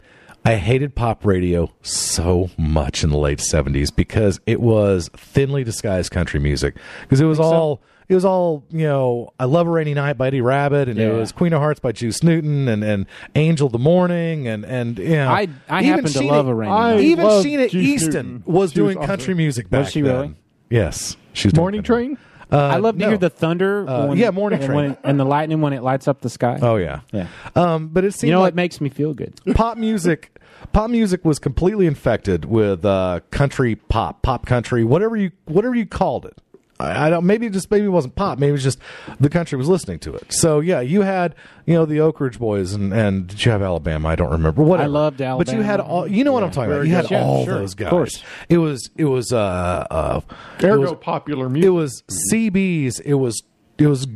H: I hated pop radio so much in the late seventies because it was thinly disguised country music because it was all it was all you know I love a rainy night by Eddie Rabbit and it
Q: Yeah.
H: was Queen of Hearts by Juice Newton and and Angel of the Morning and and you know
Q: I- I
H: even
Q: happen to
H: Sheena-
Q: love A Rainy
B: Night. I
H: even
B: love
H: Sheena
B: Juice
H: Easton
B: Newton.
H: was
B: She was
H: doing
B: awesome.
H: country music back
Q: Was she
H: then.
Q: really?
H: Yes, she was doing
B: Morning Train?
H: country. Uh,
Q: I love to
H: no.
Q: hear the thunder.
H: Uh,
Q: when-
H: yeah, morning
Q: and
H: train.
Q: when- and the lightning when it lights up the sky.
H: Oh yeah,
Q: Yeah.
H: Um, but it seemed
Q: You know,
H: like
Q: it makes me feel good.
H: pop music pop music was completely infected with uh, country pop pop country whatever you whatever you called it I, I don't maybe it just maybe it wasn't pop maybe it was just the country was listening to it so yeah you had you know the Oak Ridge Boys and and did you have Alabama I don't remember whatever
Q: loved
H: but you had
Q: Alabama.
H: all you know what I'm talking about you had
Q: Yeah,
H: all
Q: sure.
H: those guys
Q: Of course.
H: it was it was uh, uh it
B: Ergo
H: was-
B: popular
H: it
B: music.
H: was
Q: Mm-hmm.
H: CBs it was it was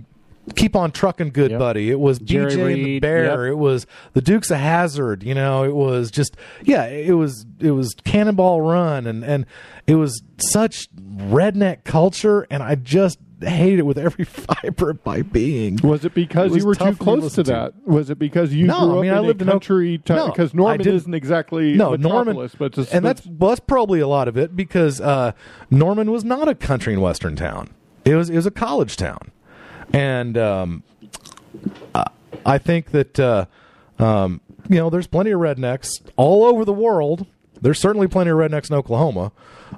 H: keep on trucking good buddy it was
Q: Jerry
H: BJ and the
Q: Reed,
H: Bear
Q: yep.
H: it was the Dukes of Hazard. You know, it was just yeah, it was it was Cannonball Run, and and it was such redneck culture, and I just hated it with every <laughs> fiber of my being.
B: Was it because
H: It was
B: you were
H: tough for
B: too
H: me to
B: close to
H: listen to.
B: that? Was it because you
H: No, I
B: grew up
H: mean,
B: in
H: I lived
B: a
H: in Oak-
B: country
H: No,
B: town? Because
H: I
B: Norman
H: didn't-
B: isn't exactly
H: No,
B: a
H: Norman,
B: metropolis, but it's,
H: and that's well, that's probably a lot of it because uh, Norman was not a country and western town. It was it was a college town, and um, I think that uh, um, you know there's plenty of rednecks all over the world. There's certainly plenty of rednecks in Oklahoma,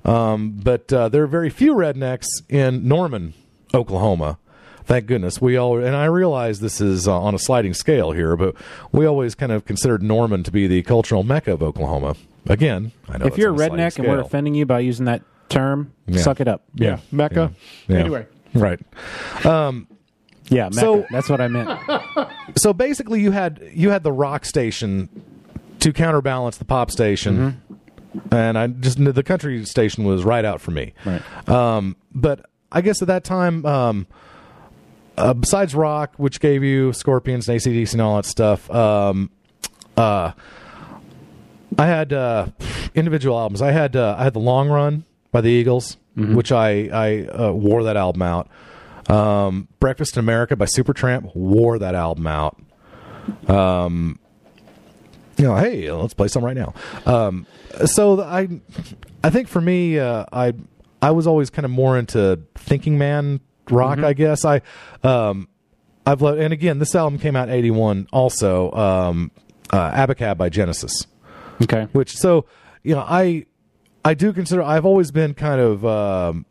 H: um, but uh, there are very few rednecks in Norman, Oklahoma. Thank goodness we all and I realize this is uh, on a sliding scale here, but we always kind of considered Norman to be the cultural mecca of Oklahoma. Again, I know
Q: if
H: that's
Q: you're a
H: on sliding
Q: redneck and we're
H: scale.
Q: offending you by using that term,
H: Yeah.
Q: suck it up.
H: yeah,
B: Mecca.
H: yeah.
B: Anyway.
H: right? Um,
Q: Yeah, Mecca.
H: So-
Q: that's what I <laughs> meant.
H: so basically you had you had the rock station to counterbalance the pop station and i just knew the country station was right out for me
Q: Right.
H: um, but i guess at that time um, uh, besides rock which gave you scorpions and acdc and all that stuff um, uh, i had uh, individual albums i had uh, i had the long run by the eagles which i i uh, wore that album out um, breakfast in america by supertramp wore that album out um you know hey let's play some right now um so th- i i think for me uh i i was always kind of more into thinking man rock i guess i um i've loved and again this album came out in 81 also um uh abacab by genesis
Q: Okay.
H: which so you know i i do consider i've always been kind of um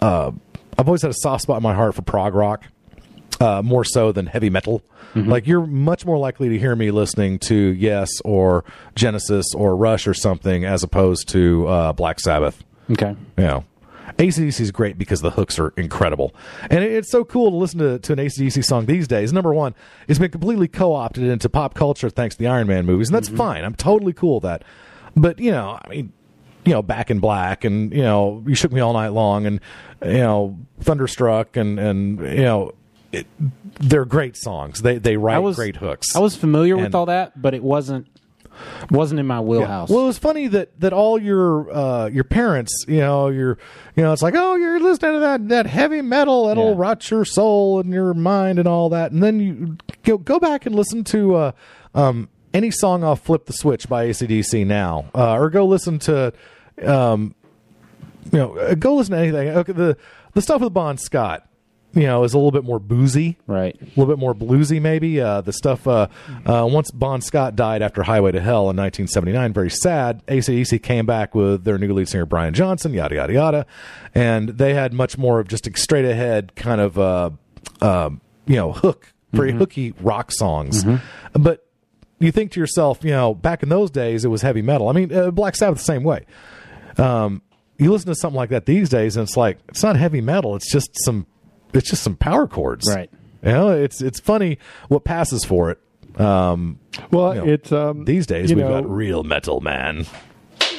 H: uh I've always had a soft spot in my heart for prog rock, uh, more so than heavy metal. Like you're much more likely to hear me listening to Yes or Genesis or Rush or something as opposed to uh, Black Sabbath.
Q: Okay.
H: Yeah. ACDC is great because the hooks are incredible. And it- it's so cool to listen to, to an ACDC song these days. Number one, it's been completely co opted into pop culture thanks to the Iron Man movies, and
Q: Mm-hmm.
H: that's fine. I'm totally cool with that. But, you know, I mean, you know, Back in Black and, you know, You Shook Me All Night Long and, you know, Thunderstruck and, and you know, it, they're great songs. They, they write great hooks.
Q: I was familiar with
H: And-
Q: all that, but it wasn't wasn't in my wheelhouse.
H: Well, it was funny that that all your uh, your parents, you know, your you know, it's like, oh, you're listening to that that heavy metal, that'll rot your soul and your mind and all that, and then you go go back and listen to uh, um, any song off "Flip the Switch" by ACDC now, uh, or go listen to. Um, you know, uh, go listen to anything. Okay, the the stuff with Bon Scott, you know, is a little bit more boozy,
Q: right? A
H: little bit more bluesy, maybe. Uh, the stuff uh, uh, once Bon Scott died after Highway to Hell in 1979, very sad. AC/DC came back with their new lead singer Brian Johnson, yada yada yada, and they had much more of just a straight ahead kind of uh, uh, you know hook, very hooky rock songs, but. You think to yourself, you know, back in those days it was heavy metal. I mean, uh, Black Sabbath the same way um, you listen to something like that these days, and it's like it's not heavy metal. It's just some, it's just some power chords,
Q: right?
H: You know, it's it's funny what passes for it. Um,
B: well, it's um,
H: these days
B: you
H: we've
B: know-
H: got real metal, man.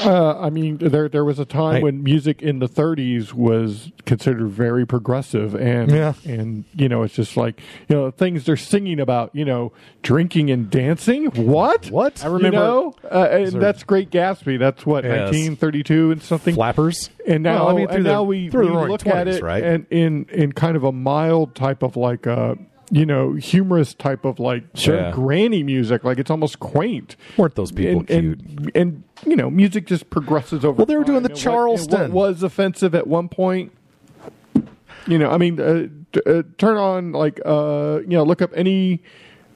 B: Uh, I mean, there there was a time
H: Hey.
B: when music in the 30s was considered very progressive, and
H: Yeah.
B: and you know, it's just like you know things they're singing about, you know, drinking and dancing. What? What?
H: I remember-
B: You know? uh, and
H: Those are-
B: that's Great Gatsby. That's what
H: Yes.
B: 1932 and something.
H: Flappers.
B: And now,
H: Well, I mean, through
B: and
H: the-
B: now we,
H: through
B: we
H: the roaring
B: look at
H: 20s,
B: it
H: right?
B: and in in kind of a mild type of like uh you know humorous type of like
H: Sure.
B: uh, granny music. Like it's almost quaint.
H: Weren't those people
B: and, And, and, you know, music just progresses over. Well, they were doing the
H: Charleston.
B: was offensive at one point. You know, I mean, uh, t- uh, turn on like uh, you know, look up any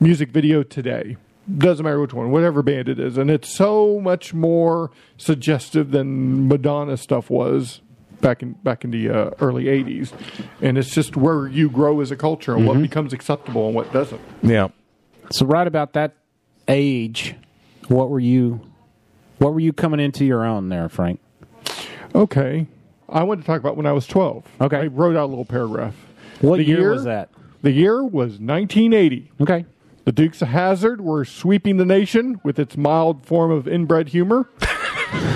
B: music video today. Doesn't matter which one, whatever band it is, and it's so much more suggestive than Madonna stuff was back in back in the uh, early '80s. And it's just where you grow as a culture and what becomes acceptable and what doesn't.
H: Yeah.
Q: So right about that age, what were you what were you coming into your own there, Frank?
B: Okay. I wanted to talk about when I was 12. Okay. I wrote out a little paragraph.
Q: What year was that?
B: The year was 1980.
Q: Okay.
B: The Dukes of Hazard were sweeping the nation with its mild form of
H: <laughs>
B: inbred humor,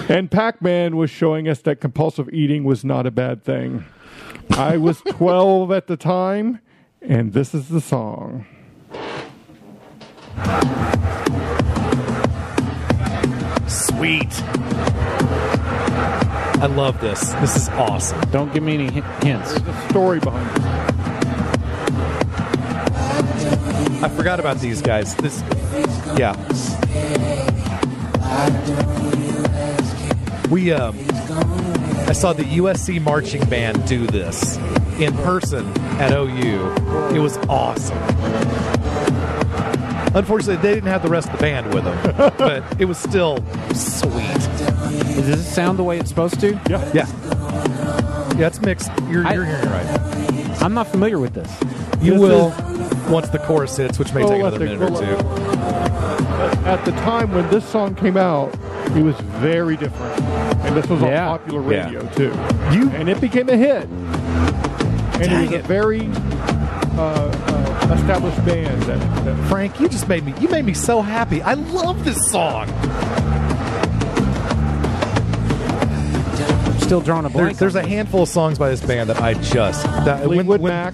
B: and Pac-Man was showing us that compulsive eating was not a bad thing.
H: <laughs>
B: I was 12 at the time, and this is the song.
H: Sweet. I love this. This is awesome.
Q: Don't give me any hi- hints.
B: Story behind it.
H: I forgot about these guys. This, yeah. We, um, I saw the USC marching band do this in person at OU. It was awesome. Unfortunately, they didn't have the rest of the band with them, but it was still sweet.
Q: Does this sound the way it's supposed to?
B: Yeah.
H: Yeah. Yeah, it's mixed. You're,
Q: I-
H: you're hearing it right.
Q: I'm not familiar with this.
H: You
Q: This
H: will
Q: is-
H: once the chorus hits, which may
B: Oh,
H: take another
B: let the-
H: minute or two.
B: At the time when this song came out, it was very different, and this was
H: Yeah.
B: on popular
H: Yeah.
B: radio too. You and it became a hit, and it was a very uh, uh, established band. That, that
H: Frank, you just made me you made me so happy. I love this song.
Q: Still drawing a
H: There,
Q: blank.
H: there's a handful of songs by this band that I just that Fleetwood
B: Mac.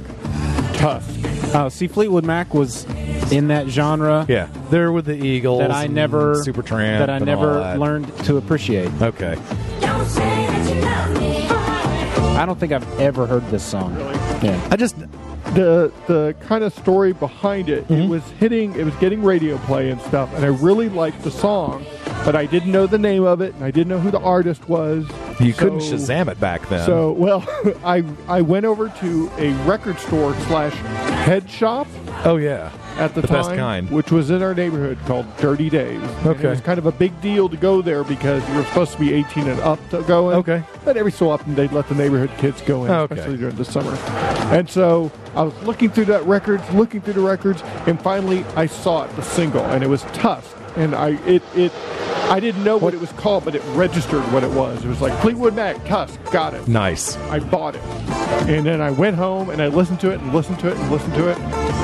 Q: Tough. Oh, see, Fleetwood Mac was in that genre.
H: Yeah, they're with the Eagles.
Q: That I never
H: Supertramp.
Q: That I
H: and
Q: never
H: all that.
Q: learned to appreciate.
H: Okay.
Q: I don't think I've ever heard this song. Yeah.
H: I just
B: the the kind of story behind it.
H: Mm-hmm.
B: It was hitting. It was getting radio play and stuff, and I really liked the song, but I didn't know the name of it, and I didn't know who the artist was.
H: You couldn't
B: So-
H: Shazam it back then.
B: So well, <laughs> I I went over to a record store slash head shop.
H: Oh yeah,
B: at the,
E: The
B: time,
E: best kind.
B: which was in our neighborhood called Dirty Days. And
E: Okay.
B: it was kind of a big deal to go there because you were supposed to be 18 and up to go in. Okay, but every so often they'd let the neighborhood kids go in,
E: Okay.
B: especially during the summer. And so I was looking through that records, looking through the records, and finally I saw it, the single, and it was Tusk, and I it it. I didn't know what it was called, but it registered what it was. It was like Fleetwood Mac, Tusk, got it.
H: nice.
B: I bought it. And then I went home and I listened to it and listened to it and listened to it.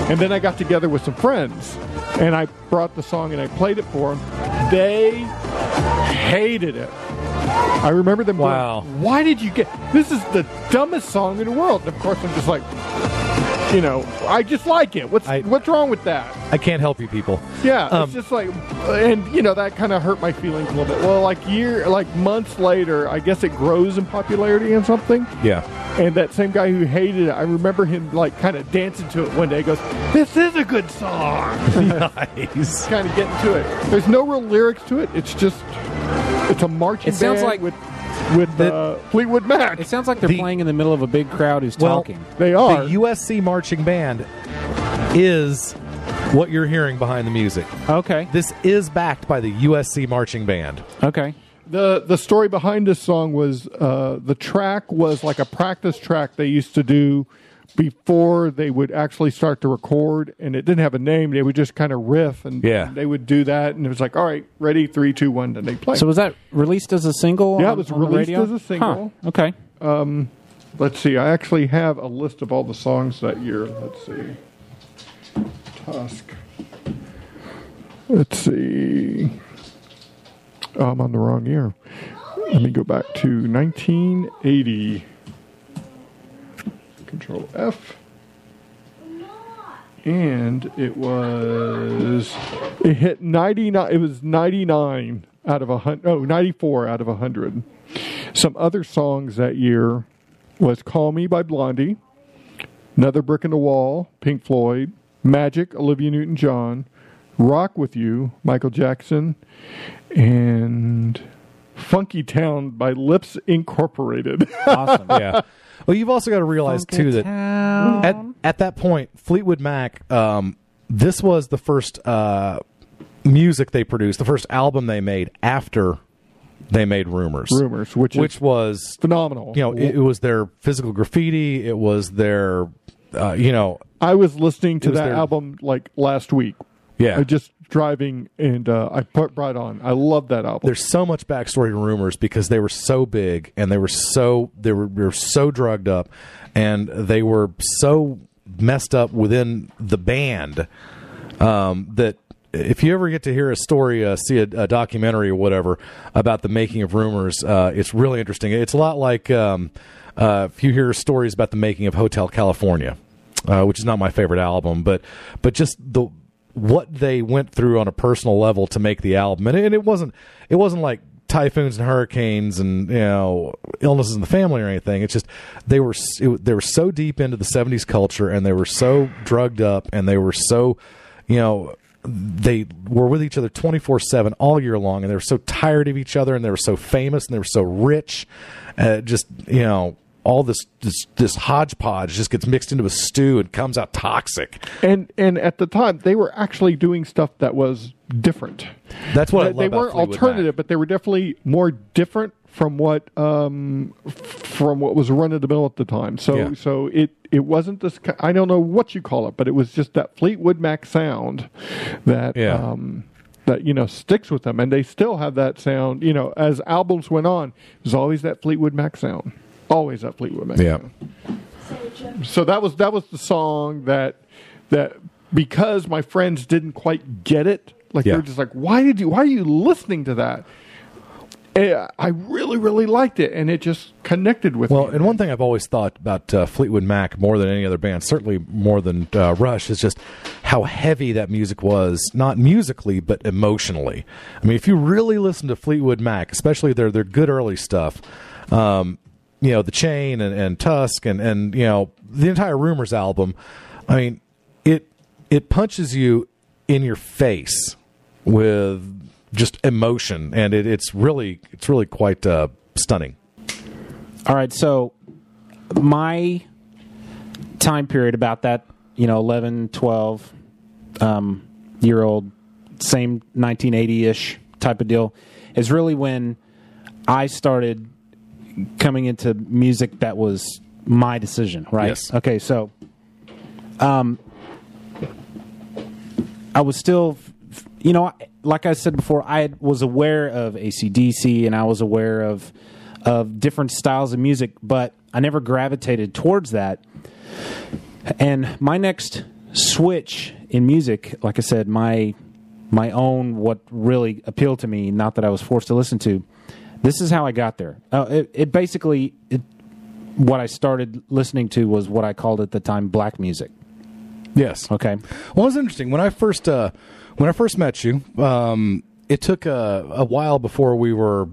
B: And then I got together with some friends and I brought the song and I played it for them. They hated it. I remember them going,
H: Wow.
B: Why did you get this? Is the dumbest song in the world. And of course, I'm just like, you know, I just like it. What's what's wrong with that?
H: I can't help you people.
B: Yeah,
H: Um,
B: it's just like, and you know that kind of hurt my feelings a little bit. Well, like year, like months later, I guess it grows in popularity and something.
H: yeah.
B: And that same guy who hated it, I remember him like kind of dancing to it one day. He goes, "This is a good song."
H: nice.
B: kind of getting to it. There's no real lyrics to it. It's just it's a marching
Q: It sounds
B: band
Q: like-
B: with with uh, Fleetwood Mac.
Q: It sounds like they're playing in the middle of a big crowd who's
H: Well,
Q: talking.
B: They are.
H: The USC marching band is what you're hearing behind the music.
Q: Okay.
H: This is backed by the USC marching band.
Q: Okay.
B: the the story behind this song was uh, the track was like a practice track they used to do before they would actually start to record and it didn't have a name they would just kind of riff and
Q: Yeah.
B: they would do that and it was like all right ready three two one then they play
Q: So was that released as a single?
B: yeah
Q: on-
B: it was
Q: on the
B: released
Q: radio?
B: as a single
Q: Huh. okay
B: um, let's see i actually have a list of all the songs that year let's see Tusk. Let's see. Oh, I'm on the wrong year. Let me go back to 1980. Control F. And it was it hit 99. It was 99 out of a hundred. Oh, 94 out of 100. Some other songs that year was "Call Me" by Blondie. Another Brick in the Wall, Pink Floyd, Magic, Olivia Newton John, Rock with You, Michael Jackson, and Funky Town by Lips Incorporated.
H: <laughs>
Q: Awesome.
H: yeah. Well, you've also got to realize too that at at that point, Fleetwood Mac, um, this was the first uh, music they produced, the first album they made after they made Rumors.
B: Rumors, which is
H: was
B: phenomenal.
H: you know, it, it was their physical graffiti. It was their, uh, you know,
B: I was listening to
H: It was
B: that
H: their-
B: album like last week.
H: Yeah.
B: I just driving and uh, I put right on. I love that album.
H: there's so much backstory to rumors because they were so big and they were so they were, they were so drugged up and they were so messed up within the band um, that if you ever get to hear a story, uh, see a, a documentary or whatever about the making of rumors, uh, it's really interesting. It's a lot like um, uh, if you hear stories about the making of Hotel California, uh, which is not my favorite album, but but just the what they went through on a personal level to make the album, and it, and it wasn't it wasn't like typhoons and hurricanes and you know illnesses in the family or anything. It's just they were s- it, they were so deep into the '70s culture, and they were so drugged up, and they were so you know they were with each other 24-7 all year long and they were so tired of each other and they were so famous and they were so rich uh, just you know all this, this this hodgepodge just gets mixed into a stew and comes out toxic
B: and and at the time they were actually doing stuff that was different.
H: That's what I
B: they,
H: love
B: they
H: about
B: weren't
H: Fleetwood Mac.
B: alternative, but they were definitely more different from what um, f- from what was run of the mill at the time. So
H: Yeah.
B: so it it wasn't this. ki- I don't know what you call it, but it was just that Fleetwood Mac sound that
H: Yeah.
B: um, that you know sticks with them, and they still have that sound. You know, as albums went on, it was always that Fleetwood Mac sound. Always that Fleetwood Mac.
H: Yeah.
B: sound so that was that was the song that that because my friends didn't quite get it like
H: Yeah.
B: they're just like why did you why are you listening to that Eh, i really really liked it and it just connected with
H: well
B: me
H: and one thing i've always thought about uh, fleetwood mac more than any other band certainly more than uh, rush is just how heavy that music was not musically but emotionally i mean if you really listen to fleetwood mac especially their their good early stuff um, you know the chain and, and tusk and and you know the entire rumors album i mean it it punches you in your face with just emotion and it, it's really it's really quite uh, stunning
Q: All right, so my time period about that, you know, 11, 12 um, year old, same 1980 ish type of deal, is really when I started coming into music that was my decision, right?
H: Yes.
Q: Okay, so um, I was still, you know, like I said before, I was aware of ACDC and I was aware of of different styles of music, but I never gravitated towards that. And my next switch in music, like I said, my my own what really appealed to me, not that I was forced to listen to. This is how I got there. Uh, it, it basically it, what I started listening to was what I called at the time black music.
H: Yes.
Q: Okay.
H: Well, it was interesting when I first uh, when I first met you. Um, it took a, a while before we were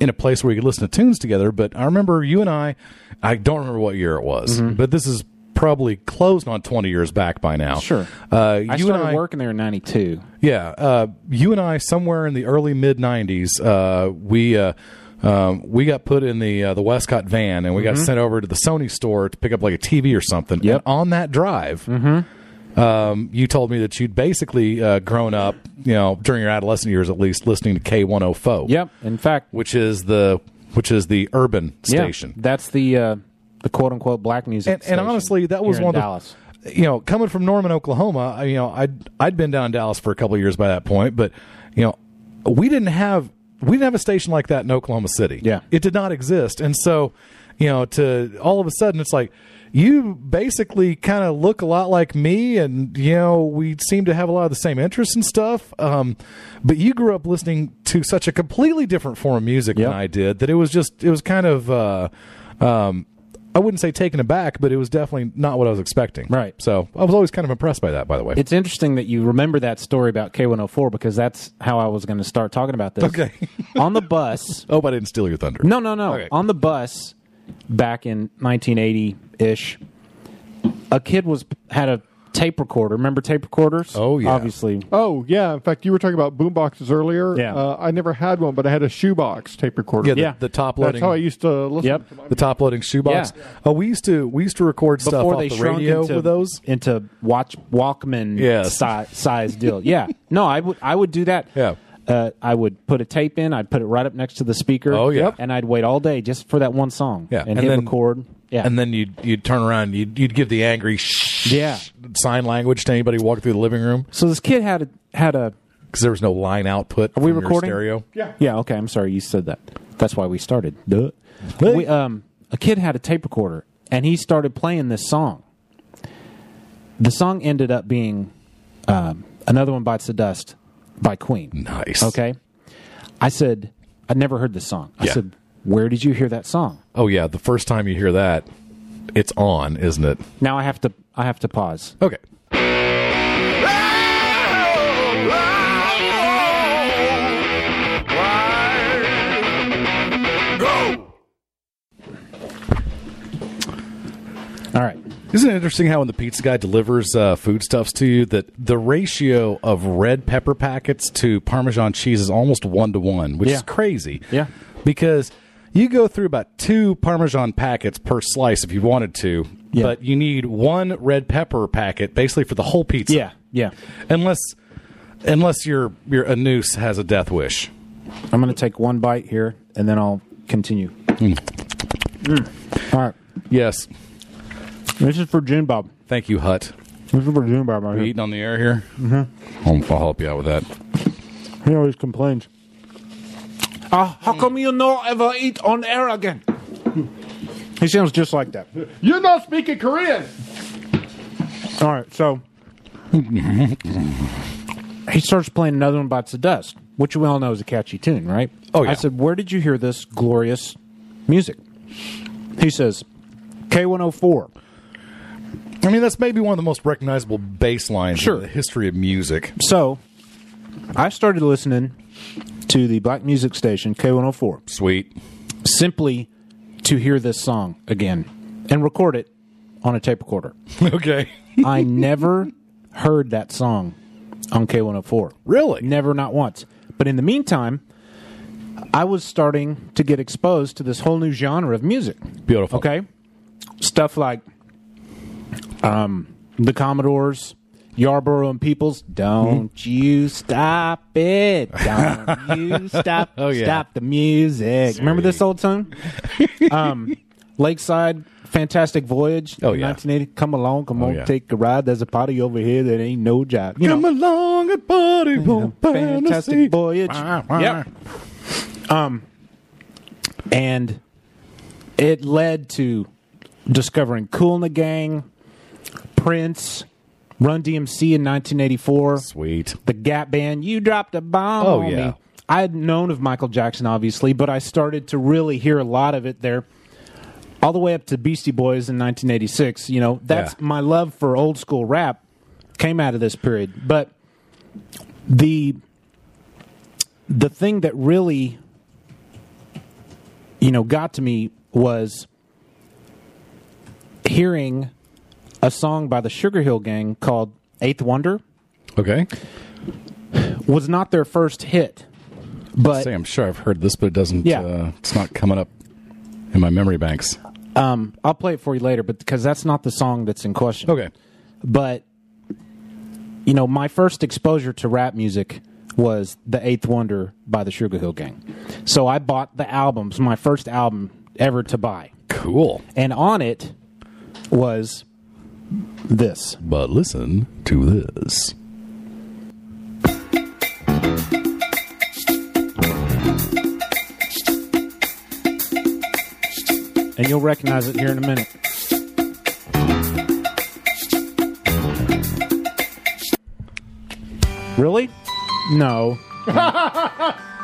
H: in a place where we could listen to tunes together. But I remember you and I. I don't remember what year it was,
Q: Mm-hmm.
H: but this is probably closed on twenty years back by now.
Q: Sure.
H: Uh, you
Q: I
H: and
Q: started
H: I
Q: working there in '92.
H: Yeah, uh, you and I somewhere in the early mid '90s, uh, we uh, um, we got put in the uh, the Westcott van and we got
Q: Mhm.
H: sent over to the Sony store to pick up like a TV or something. And on that drive,
Q: Mm-hmm.
H: um, you told me that you'd basically uh, grown up, you know, during your adolescent years at least, listening to K104.
Q: Yep. In fact,
H: which is the which is the urban
Q: Yeah,
H: station.
Q: that's the uh, the quote unquote black music.
H: And, and honestly, that was one of the-
Q: Dallas.
H: you know, coming from Norman, Oklahoma, I- you know, I'd I'd been down in Dallas for a couple of years by that point, but you know, we didn't have we didn't have a station like that in Oklahoma City. Yeah, it did not exist, and so you know, to all of a sudden, it's like you basically kind of look a lot like me, and you know, we seem to have a lot of the same interests and stuff. Um, but you grew up listening to such a completely different form of music than I did that it was just it was kind of. Uh, um, I wouldn't say taken aback, but it was definitely not what I was expecting. Right. So I was always kind of impressed by that, by the way.
Q: It's interesting that you remember that story about K104 because that's how I was going to start talking about
H: <laughs>
Q: this.
H: Okay.
Q: On the bus.
H: oh, but I didn't steal your thunder.
Q: No, no, no. On the bus back in 1980 ish, a kid was had a tape recorder. Remember tape recorders? Oh, yeah. Obviously.
B: Oh yeah! In fact, you were talking about boom boxes earlier.
Q: Yeah.
B: Uh, I never had one, but I had a shoebox tape recorder.
H: Yeah, the, the top loading.
B: That's how I used to listen.
H: Yep. the top loading shoebox. Oh, we used to we used to record stuff
Q: Before
H: off
Q: they
H: the
Q: shrunk
H: radio
Q: into,
H: with those.
Q: into watch Walkman
H: Yes.
Q: si-
H: <laughs>
Q: size deal. Yeah. No, I would I would do that. Yeah. Uh, I would put a tape in. I'd put it right up next to the speaker.
H: Oh, yeah.
Q: and I'd wait all day just for that one song.
H: Yeah,
Q: and, hit record. Yeah,
H: and then you'd you'd turn around, and you'd you'd give the angry shh,
Q: Yeah.
H: sign language to anybody walking through the living room
Q: So this kid had a had a.
H: because there was no line output.
Q: Are we
H: from your
Q: recording?
H: stereo?
Q: Yeah. Yeah. Okay. I'm sorry. You said that. That's why we started. Duh. We, um, a kid had a tape recorder and he started playing this song. The song ended up being um, another one bites the dust by Queen.
H: Nice.
Q: Okay. I said I'd never heard this song. I
H: Yeah.
Q: said, "Where did you hear that song?"
H: Oh yeah, the first time you hear that, it's on, isn't it?
Q: Now I have to I have to pause.
H: Okay.
Q: All right.
H: Isn't it interesting how when the pizza guy delivers uh, foodstuffs to you that the ratio of red pepper packets to Parmesan cheese is almost one to one, which is
Q: Yeah.
H: crazy.
Q: Yeah.
H: Because you go through about two Parmesan packets per slice if you wanted to, but you need one red pepper packet basically for the whole pizza.
Q: Yeah. Yeah.
H: Unless unless your your anus has a death wish.
Q: I'm going to take one bite here and then I'll continue.
H: Hmm.
Q: All right.
H: Yes.
Q: This is for June Bob.
H: Thank you, Hut.
Q: This is for June Bob.
H: Are you eating on the air here? Mm-hmm. I'll, I'll help you out with that.
Q: He always complains. Ah, how come you no ever eat on air again? Hmm. He sounds just like that.
B: You're not speaking Korean.
Q: All right, <laughs> so he starts playing another one bites the dust, which we all know is a catchy tune, right? Oh yeah. I said, where did you hear this glorious music? He says, K one hundred four.
H: I mean, that's maybe one of the most recognizable bass lines in the history of music.
Q: So I started listening to the black music station K104.
H: Sweet.
Q: Simply to hear this song again and record it on a tape recorder.
H: <laughs> Okay.
Q: <laughs> I never heard that song on K104.
H: Really?
Q: Never, not once. But in the meantime, I was starting to get exposed to this whole new genre of music.
H: Beautiful.
Q: Okay. Stuff like um, the Commodores, Yarborough and Peoples. Don't
H: Hmm.
Q: you stop it. Don't
H: <laughs>
Q: you stop
H: Oh, yeah.
Q: stop the music. Remember this
H: <laughs>
Q: old song? um, Lakeside, Fantastic Voyage.
H: Oh, yeah.
Q: 1980. Come along, come
H: Oh,
Q: on,
H: yeah.
Q: take a ride. There's a party over here that ain't no job. You know,
H: along and party on
Q: Mm, Fantastic Voyage.
H: Yep.
Q: Um, and it led to discovering Cool and the Gang, Prince, Run DMC in 1984.
H: Sweet.
Q: The Gap Band. You dropped a bomb.
H: Oh,
Q: on
H: yeah.
Q: Me. I had known of Michael Jackson, obviously, but I started to really hear a lot of it there. All the way up to Beastie Boys in 1986. You know, that's
H: Yeah.
Q: my love for old school rap came out of this period. But the the thing that really you know got to me was hearing a song by the Sugar Hill Gang called Eighth Wonder
H: Okay.
Q: was not their first hit but
H: Say, I'm sure I've heard this, but it doesn't.
Q: Yeah.
H: Uh, it's not coming up in my memory banks.
Q: um I'll play it for you later but because that's not the song that's in question
H: okay
Q: but you know my first exposure to rap music was the Eighth Wonder by the Sugar Hill Gang so I bought the albums my first album ever to buy
H: cool
Q: and on it was this.
H: But listen to this.
Q: and you'll recognize it here in a minute. Really? No.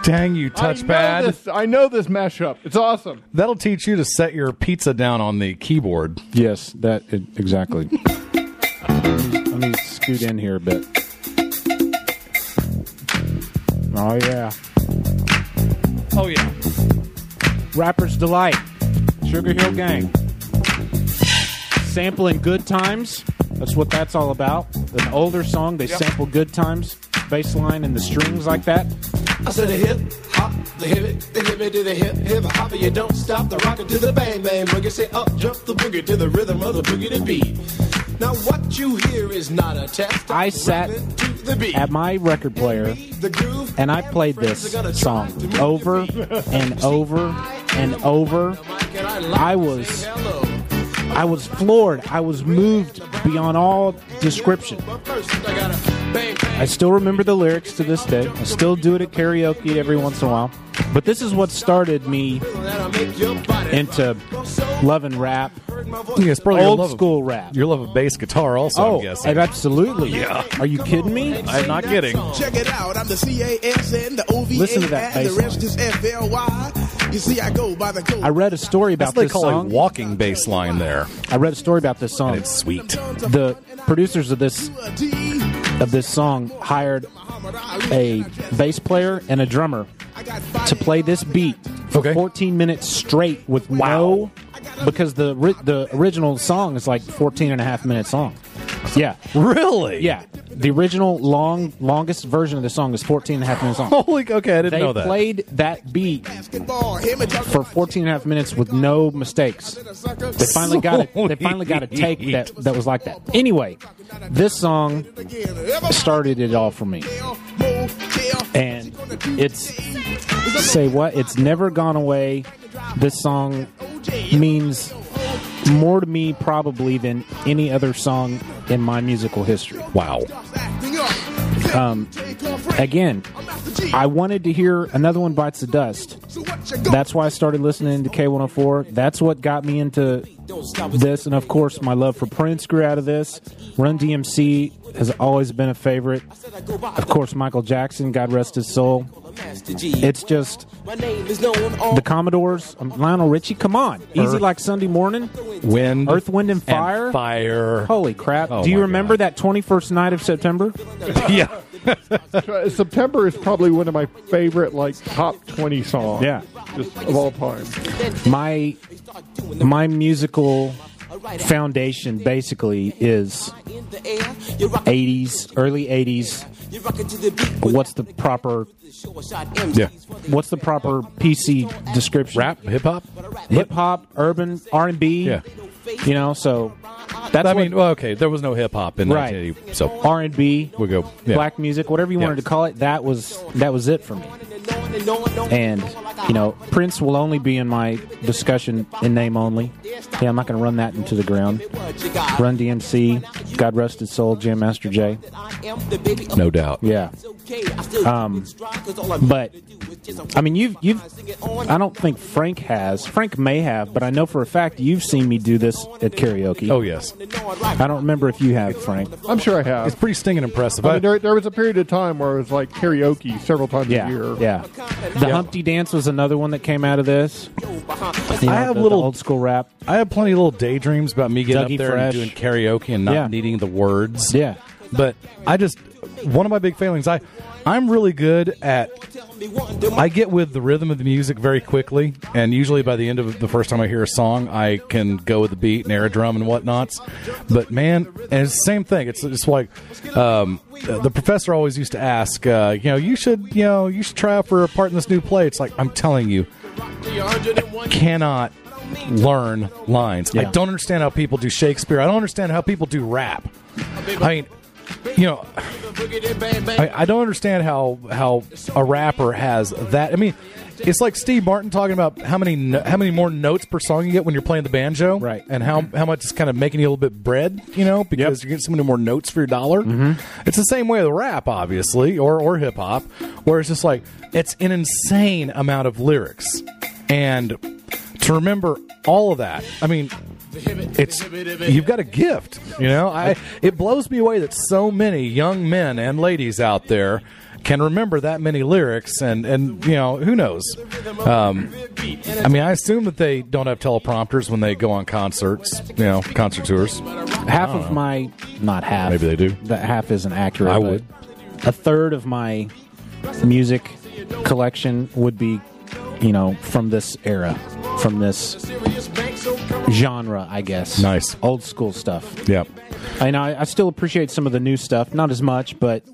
H: Dang you,
B: I know, this, I know this mashup. It's awesome.
H: That'll teach you to set your pizza down on the keyboard.
Q: Yes, that e, <laughs> exactly. Let me scoot in here a bit. Oh yeah.
H: Oh yeah.
Q: Rapper's Delight. Sugar Hill Gang. Sampling Good Times. That's what that's all about. An older song, they sample Good Times, bass line and the strings like that.
E: I said a hip hop, the hip it, the hip it to the hip hip hop, and you don't stop the rocket to the bang bang boogie. Say up, jump the boogie to the rhythm of the boogie to beat. Now what you hear is not a test.
Q: I sat at my record player and I played this song over and over and over. I was I was floored. I was moved beyond all description. I still remember the lyrics to this day. I still do it at karaoke every once in a while. But this is what started me into loving rap.
H: Yeah, it's probably your
Q: old
H: love of-
Q: school rap.
H: Your love of bass guitar, also.
Q: oh,
H: I'm guessing.
Q: ab- absolutely. Yeah. Are you kidding me?
H: I'm not kidding.
E: Check it out. I'm the C A S N, the O V A,
Q: Listen to that
E: and the
Q: bass
E: rest is F L Y. You see, I go by the code.
Q: I read a story
H: That's
Q: about
H: what they
Q: this
H: call
Q: song.
H: a walking bass line there.
Q: I read a story about this song.
H: it's sweet.
Q: The producers of this of this song hired a bass player and a drummer to play this beat for 14 minutes straight with wow. no because the ri- the original song is like 14 and a half minutes long. Yeah.
H: Really?
Q: Yeah. The original long longest version of the song is 14 and a half minutes
H: <laughs>
Q: long.
H: Holy okay, I didn't
Q: they
H: know that.
Q: played that beat for 14 and a half minutes with no mistakes. They finally got it. They finally got
H: <laughs>
Q: a take that, that was like that. Anyway, this song started it all for me. And it's say what? It's never gone away. This song means more to me probably than any other song in my musical history.
H: Wow.
Q: Um, again, I wanted to hear another one bites the dust. That's why I started listening to K104. That's what got me into this, and of course, my love for Prince grew out of this. Run DMC has always been a favorite. Of course, Michael Jackson, God rest his soul. It's just
E: My name is known all
Q: the Commodores, um, Lionel Richie. Come on, easy
H: Earth.
Q: like Sunday morning.
H: Wind,
Q: Earth, Wind, and Fire?
H: fire.
Q: Holy crap!
H: Oh,
Q: Do you
H: my
Q: remember that twenty-first night of September?
H: yeah.
B: Uh, September is probably one of my favorite, like top twenty songs.
Q: Yeah.
B: just of all time.
Q: my my musical foundation basically is 80s early 80s what's the proper
H: Yeah.
Q: what's the proper PC description?
H: Rap, hip hop,
Q: hip hop, urban, R and B. Yeah, you know. So that's
H: I
Q: what-
H: mean, well, okay, there was no hip hop in
Q: Right.
H: 1980, so
Q: R and B,
H: we go yeah.
Q: black music, whatever you
H: Yeah.
Q: wanted to call it. That was that was it for me. And you know, Prince will only be in my discussion in name only. Yeah, I'm not going to run that into the ground. Run DMC, God rest his soul, Jam Master Jay.
H: No doubt.
Q: Yeah. Um, but I mean, you've you've. I don't think Frank has. Frank may have, but I know for a fact you've seen me do this at karaoke.
H: Oh yes.
Q: I don't remember if you have, Frank.
B: I'm sure I have.
H: It's pretty stinging impressive.
B: I mean, there, there was a period of time where it was like karaoke several times
Q: Yeah,
B: a year.
Q: yeah. The Humpty Dance was another one that came out of this. You know,
H: I have
Q: the- the
H: little
Q: old school rap.
H: I have plenty of little daydreams about me getting
Q: Dougie
H: up there and
Q: Fresh.
H: doing karaoke and not
Q: Yeah.
H: needing the words.
Q: Yeah.
H: But I just one of my big failings. I I'm really good at. I get with the rhythm of the music very quickly, and usually by the end of the first time I hear a song, I can go with the beat and air a drum and whatnots. But man, and it's the same thing. It's it's like um, the professor always used to ask, uh, you know, you should, you know, you should try out for a part in this new play. It's like I'm telling you, cannot learn lines. I
Q: Yeah.
H: don't understand how people do Shakespeare. I don't understand how people do rap. I mean, you know, I, I don't understand how how a rapper has that. I mean, it's like Steve Martin talking about how many no, how many more notes per song you get when you're playing the banjo, right? And how how much it's kind of making you a little bit bread, you know, because you're getting so many more notes for your dollar. It's the same way with rap, obviously, or or hip hop, where it's just like it's an insane amount of lyrics, and to remember all of that, I mean. It's you've got a gift, you know. I it blows me away that so many young men and ladies out there can remember that many lyrics, and and you know who knows. Um, I mean, I assume that they don't have teleprompters when they go on concerts, you know, concert tours.
Q: Half of my not half.
H: Oh. Maybe they do.
Q: That half isn't accurate.
H: I
Q: but
H: would.
Q: A third of my music collection would be, you know, from this era, from this genre, I guess.
H: Nice.
Q: Old school stuff.
H: Yep.
Q: And I, I still appreciate some of the new stuff, not as much, but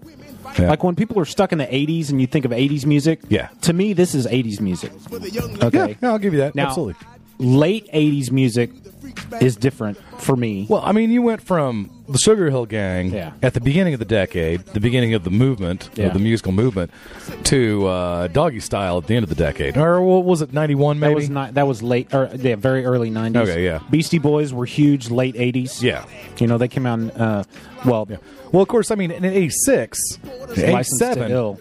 H: Yeah.
Q: like when people are stuck in the 80s and you think of 80s music,
H: Yeah.
Q: to me, this is 80s music. Okay.
H: Yeah, no, I'll give you that.
Q: Now,
H: Absolutely.
Q: Late 80s music is different for me.
H: Well, I mean, you went from the Sugar Hill Gang
Q: Yeah.
H: at the beginning of the decade, the beginning of the movement,
Q: Yeah.
H: of the musical movement, to uh, Doggy Style at the end of the decade, or what was it, ninety one? Maybe
Q: That was not. That was late, or yeah, very early '90s.
H: Okay, yeah.
Q: Beastie Boys were huge late '80s.
H: Yeah.
Q: you know they came out. In, uh, well,
H: Well, of course, I mean, in 86,
Q: License to
H: 87,
Q: Ill.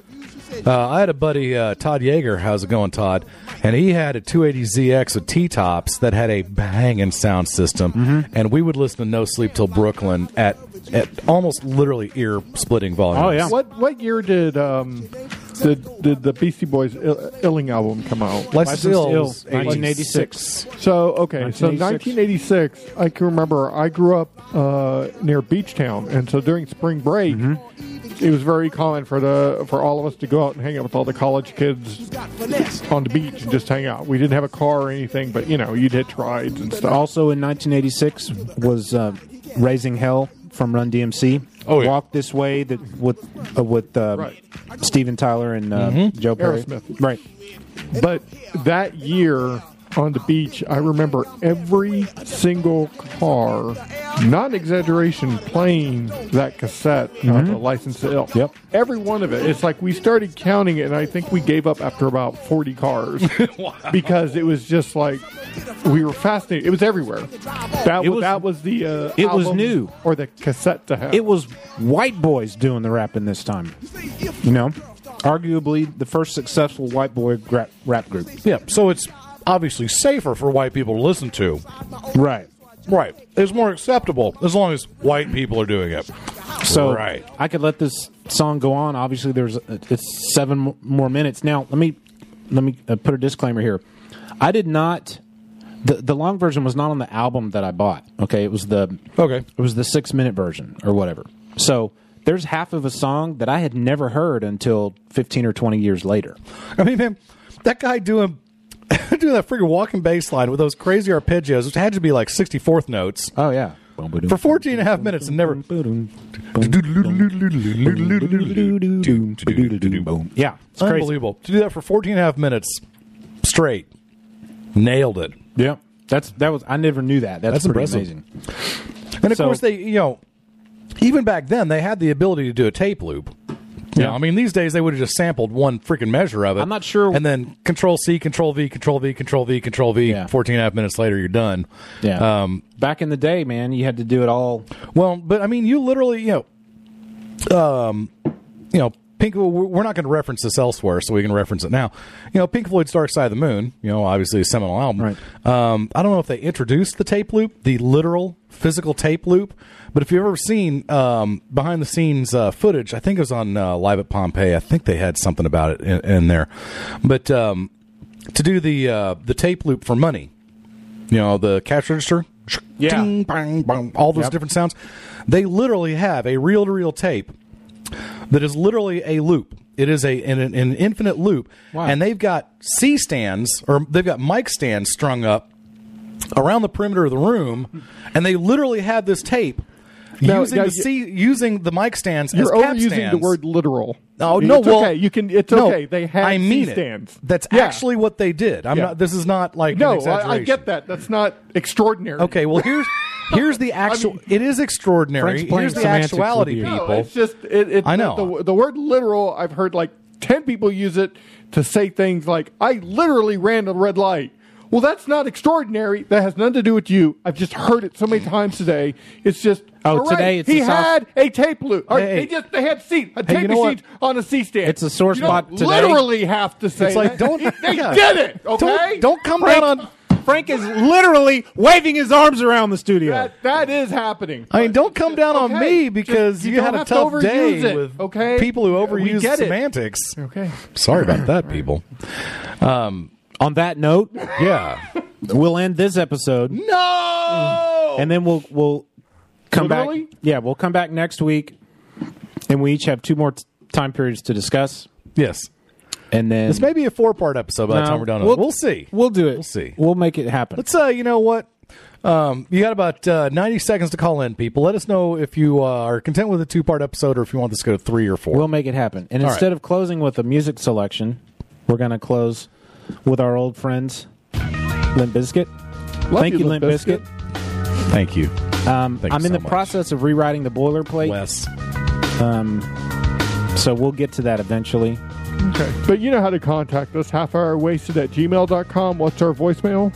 H: Uh, I had a buddy, uh, Todd Yeager. How's it going, Todd? And he had a 280ZX with T tops that had a banging sound system. And we would listen to No Sleep Till Brooklyn at, at almost literally ear splitting volume.
B: What what year did um did, did the Beastie Boys Il- Illing album come out?
H: License to Ill was
Q: 1986.
B: So okay, so 1986. I can remember I grew up uh, near Beachtown, and so during spring break, it was very common for the for all of us to go out and hang out with all the college kids on the beach and just hang out. We didn't have a car or anything, but you know, you'd hitch rides and stuff.
Q: Also in 1986 was uh, "Raising Hell" from Run DMC.
B: Oh, yeah.
Q: Walk This Way that with uh, with uh, Steven Tyler and uh,
H: Mm-hmm.
B: Mhm.
Q: Joe Perry.
B: Aerosmith.
Q: Right.
B: But that year on the beach, I remember every single car, not an exaggeration, playing that cassette, uh,
Q: Mhm.
H: Mm-hmm.
B: the License to Ill. Yep. Every one of it. It's like we started counting it, and I think we gave up after about
H: <laughs>
B: 40 cars because it was just like we were fascinated. It was everywhere. That,
Q: It
B: was,
Q: was-
B: that was the. Uh,
Q: it was
B: album
Q: new.
B: Or the cassette to have.
Q: It was white boys doing the rapping this time. You know, arguably the first successful white boy rap, rap group.
H: Yeah, so it's obviously safer for white people to listen to.
Q: Right.
H: Right. It's more acceptable as long as white people are doing it.
Q: So
H: right.
Q: I could let this song go on. Obviously, there's uh, it's seven mo- more minutes now. Let me let me uh, put a disclaimer here. I did not. The, the long version was not on the album that I bought. Okay, it was the
H: okay.
Q: It was the six minute version or whatever. So there's half of a song that I had never heard until 15 or 20 years later.
H: <laughs> I mean, man, that guy doing <laughs> doing that freaking walking bass line with those crazy arpeggios, which had to be like sixty fourth notes.
Q: Oh yeah,
H: for 14 and a half minutes and never. Yeah,
Q: it's crazy.
H: unbelievable. To do that for 14 and a half minutes straight, nailed it.
Q: Yeah, that's that was I never knew that. That's,
H: That's
Q: pretty
H: impressive.
Q: amazing.
H: And of
Q: So-
H: course, they you know, even back then they had the ability to do a tape loop. You know, I mean, these days they would have just sampled one freaking measure of it. I'm not sure, and then Control C, Control V, Control V, Control V, Control V. Fourteen and a half minutes later, you're done.
Q: Yeah.
H: Um,
Q: Back in the day, man, you had to do it all.
H: Well, but I mean, you literally, you know, um, you know, Pink. We're we're not going to reference this elsewhere, so we can reference it now. You know, Pink Floyd's "Dark Side of the Moon." You know, obviously a seminal album. Right. Um, I don't know if they introduced the tape loop, the literal physical tape loop, but if you've ever seen um, behind the scenes uh, footage, I think it was on uh, Live at Pompeii. I think they had something about it in, in there, but um, to do the uh, the tape loop for money, you know, the cash register, yeah. ding, bang, bang, all those
Q: Yep.
H: different sounds. They literally have a reel to reel tape that is literally a loop. It is a an, an infinite loop, and they've got C stands or they've got mic stands strung up around the perimeter of the room, and they literally have this tape
B: Now-
H: using
B: now
H: the
B: you-
H: C using the mic stands as
B: You're
H: cap
B: overusing the
H: stands.
B: word literal.
H: Oh
B: It's
H: no! well,
B: okay. you can. It's
H: no,
B: okay. They had
H: I mean it.
B: C-stands.
H: That's
B: Yeah.
H: actually what they did. I'm
B: Yeah.
H: not. This is not like an
B: No, I, I
H: exaggeration.
B: get that. That's not extraordinary.
H: Okay, well here's here's
B: <laughs>
H: the actual. it is extraordinary.
B: Frank's playing
H: Here's the
B: semantics with
H: actuality,
B: you.
H: people.
B: No, it's just it, it,
H: I know.
B: the, the word literal. I've heard like ten people use it to say things like "I literally ran a red light." Well, that's not extraordinary. That has nothing to do with you. I've just heard it so many times today. It's just
Q: Oh,
B: all right,
Q: today it's
B: he
Q: the South-
B: had a tape loop. Or
Q: Hey.
B: They just they had seat a
Q: Hey, you
B: tape
Q: know what?
B: machine on a C stand.
Q: It's a sore
B: you
Q: spot
B: Don't
Q: today.
B: Literally have to say
Q: It's
B: that.
Q: like, don't-
B: <laughs> they
Q: yeah.
B: did it.
Q: Don't-
B: Okay,
Q: don't come down
B: on.
Q: Frank is literally waving his arms around the studio.
B: That, that is happening.
H: I mean, don't come down on
B: Okay,
H: me because
B: just-
H: you,
B: you
H: had
B: don't
H: a
B: have to
H: tough
B: overuse
H: day
B: it,
H: with
B: okay?
H: people who
B: We
H: overuse
B: get it.
H: semantics.
B: Okay.
H: <laughs> Sorry about that, people. Um,
Q: on that note,
H: yeah,
Q: we'll end this episode.
H: No,
B: Oh!
Q: and then we'll we'll come
B: Literally?
Q: back. Yeah, we'll come back next week, and we each have two more t- time periods to discuss.
H: Yes,
Q: and then
H: this may be a four-part episode by the
Q: No,
H: time we're done.
Q: we'll-
H: We'll, see.
Q: We'll do it. We'll
H: see.
Q: We'll make it happen.
H: Let's. Uh, you know what? Um, you got about uh, ninety seconds to call in, people. Let us know if you uh, are content with a two-part episode or if you want this to go to three or 4
Q: We'll make it happen. And
H: All right.
Q: instead of closing with a music selection, we're going to close with our old friends, Limp Bizkit.
B: Love
Q: Thank
B: you,
Q: you,
B: Limp
Q: Limp Bizkit.
H: Thank you.
Q: Um,
H: Thank you
Q: I'm in
H: so
Q: the
H: much.
Q: process of rewriting the boilerplate.
H: Wes.
Q: Um, so we'll get to that eventually.
B: Okay. But you know how to contact us. Half hour wasted at gmail.com. What's our voicemail?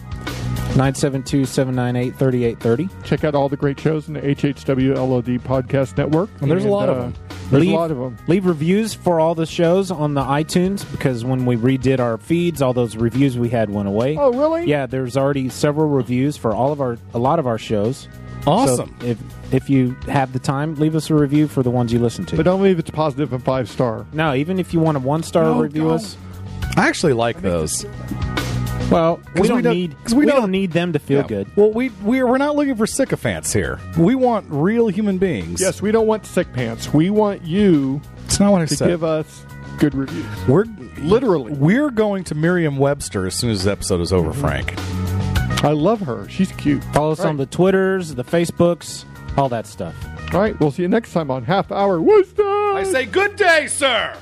Q: 972 798 3830.
B: Check out all the great shows in the HHWLOD podcast network.
Q: And there's a lot of
B: uh,
Q: them.
B: There's
Q: leave,
B: a lot of them.
Q: Leave reviews for all the shows on the iTunes because when we redid our feeds, all those reviews we had went away.
B: Oh, really?
Q: Yeah, there's already several reviews for all of our a lot of our shows.
B: Awesome.
Q: So if if you have the time, leave us a review for the ones you listen to.
B: But don't leave it's positive and five star.
Q: no, even if you want a one star
B: No,
Q: review
B: don't.
Q: us.
H: I actually like those.
Q: Well,
H: 'Cause
Q: we don't, need
H: 'cause we don't-
Q: need them to feel
H: Yeah.
Q: good.
H: Well, we we're, we're not looking for sycophants here. We want real human beings.
B: Yes, we don't want sick pants. We want you
H: That's not what I
B: to
H: said.
B: give us good reviews.
H: We're
B: literally
H: we're going to Merriam-Webster as soon as this episode is over, Frank.
B: I love her. She's cute.
Q: Follow us on the Twitters, the Facebooks, all that stuff.
B: All right. We'll see you next time on Half Hour Wasted.
H: I say good day, sir.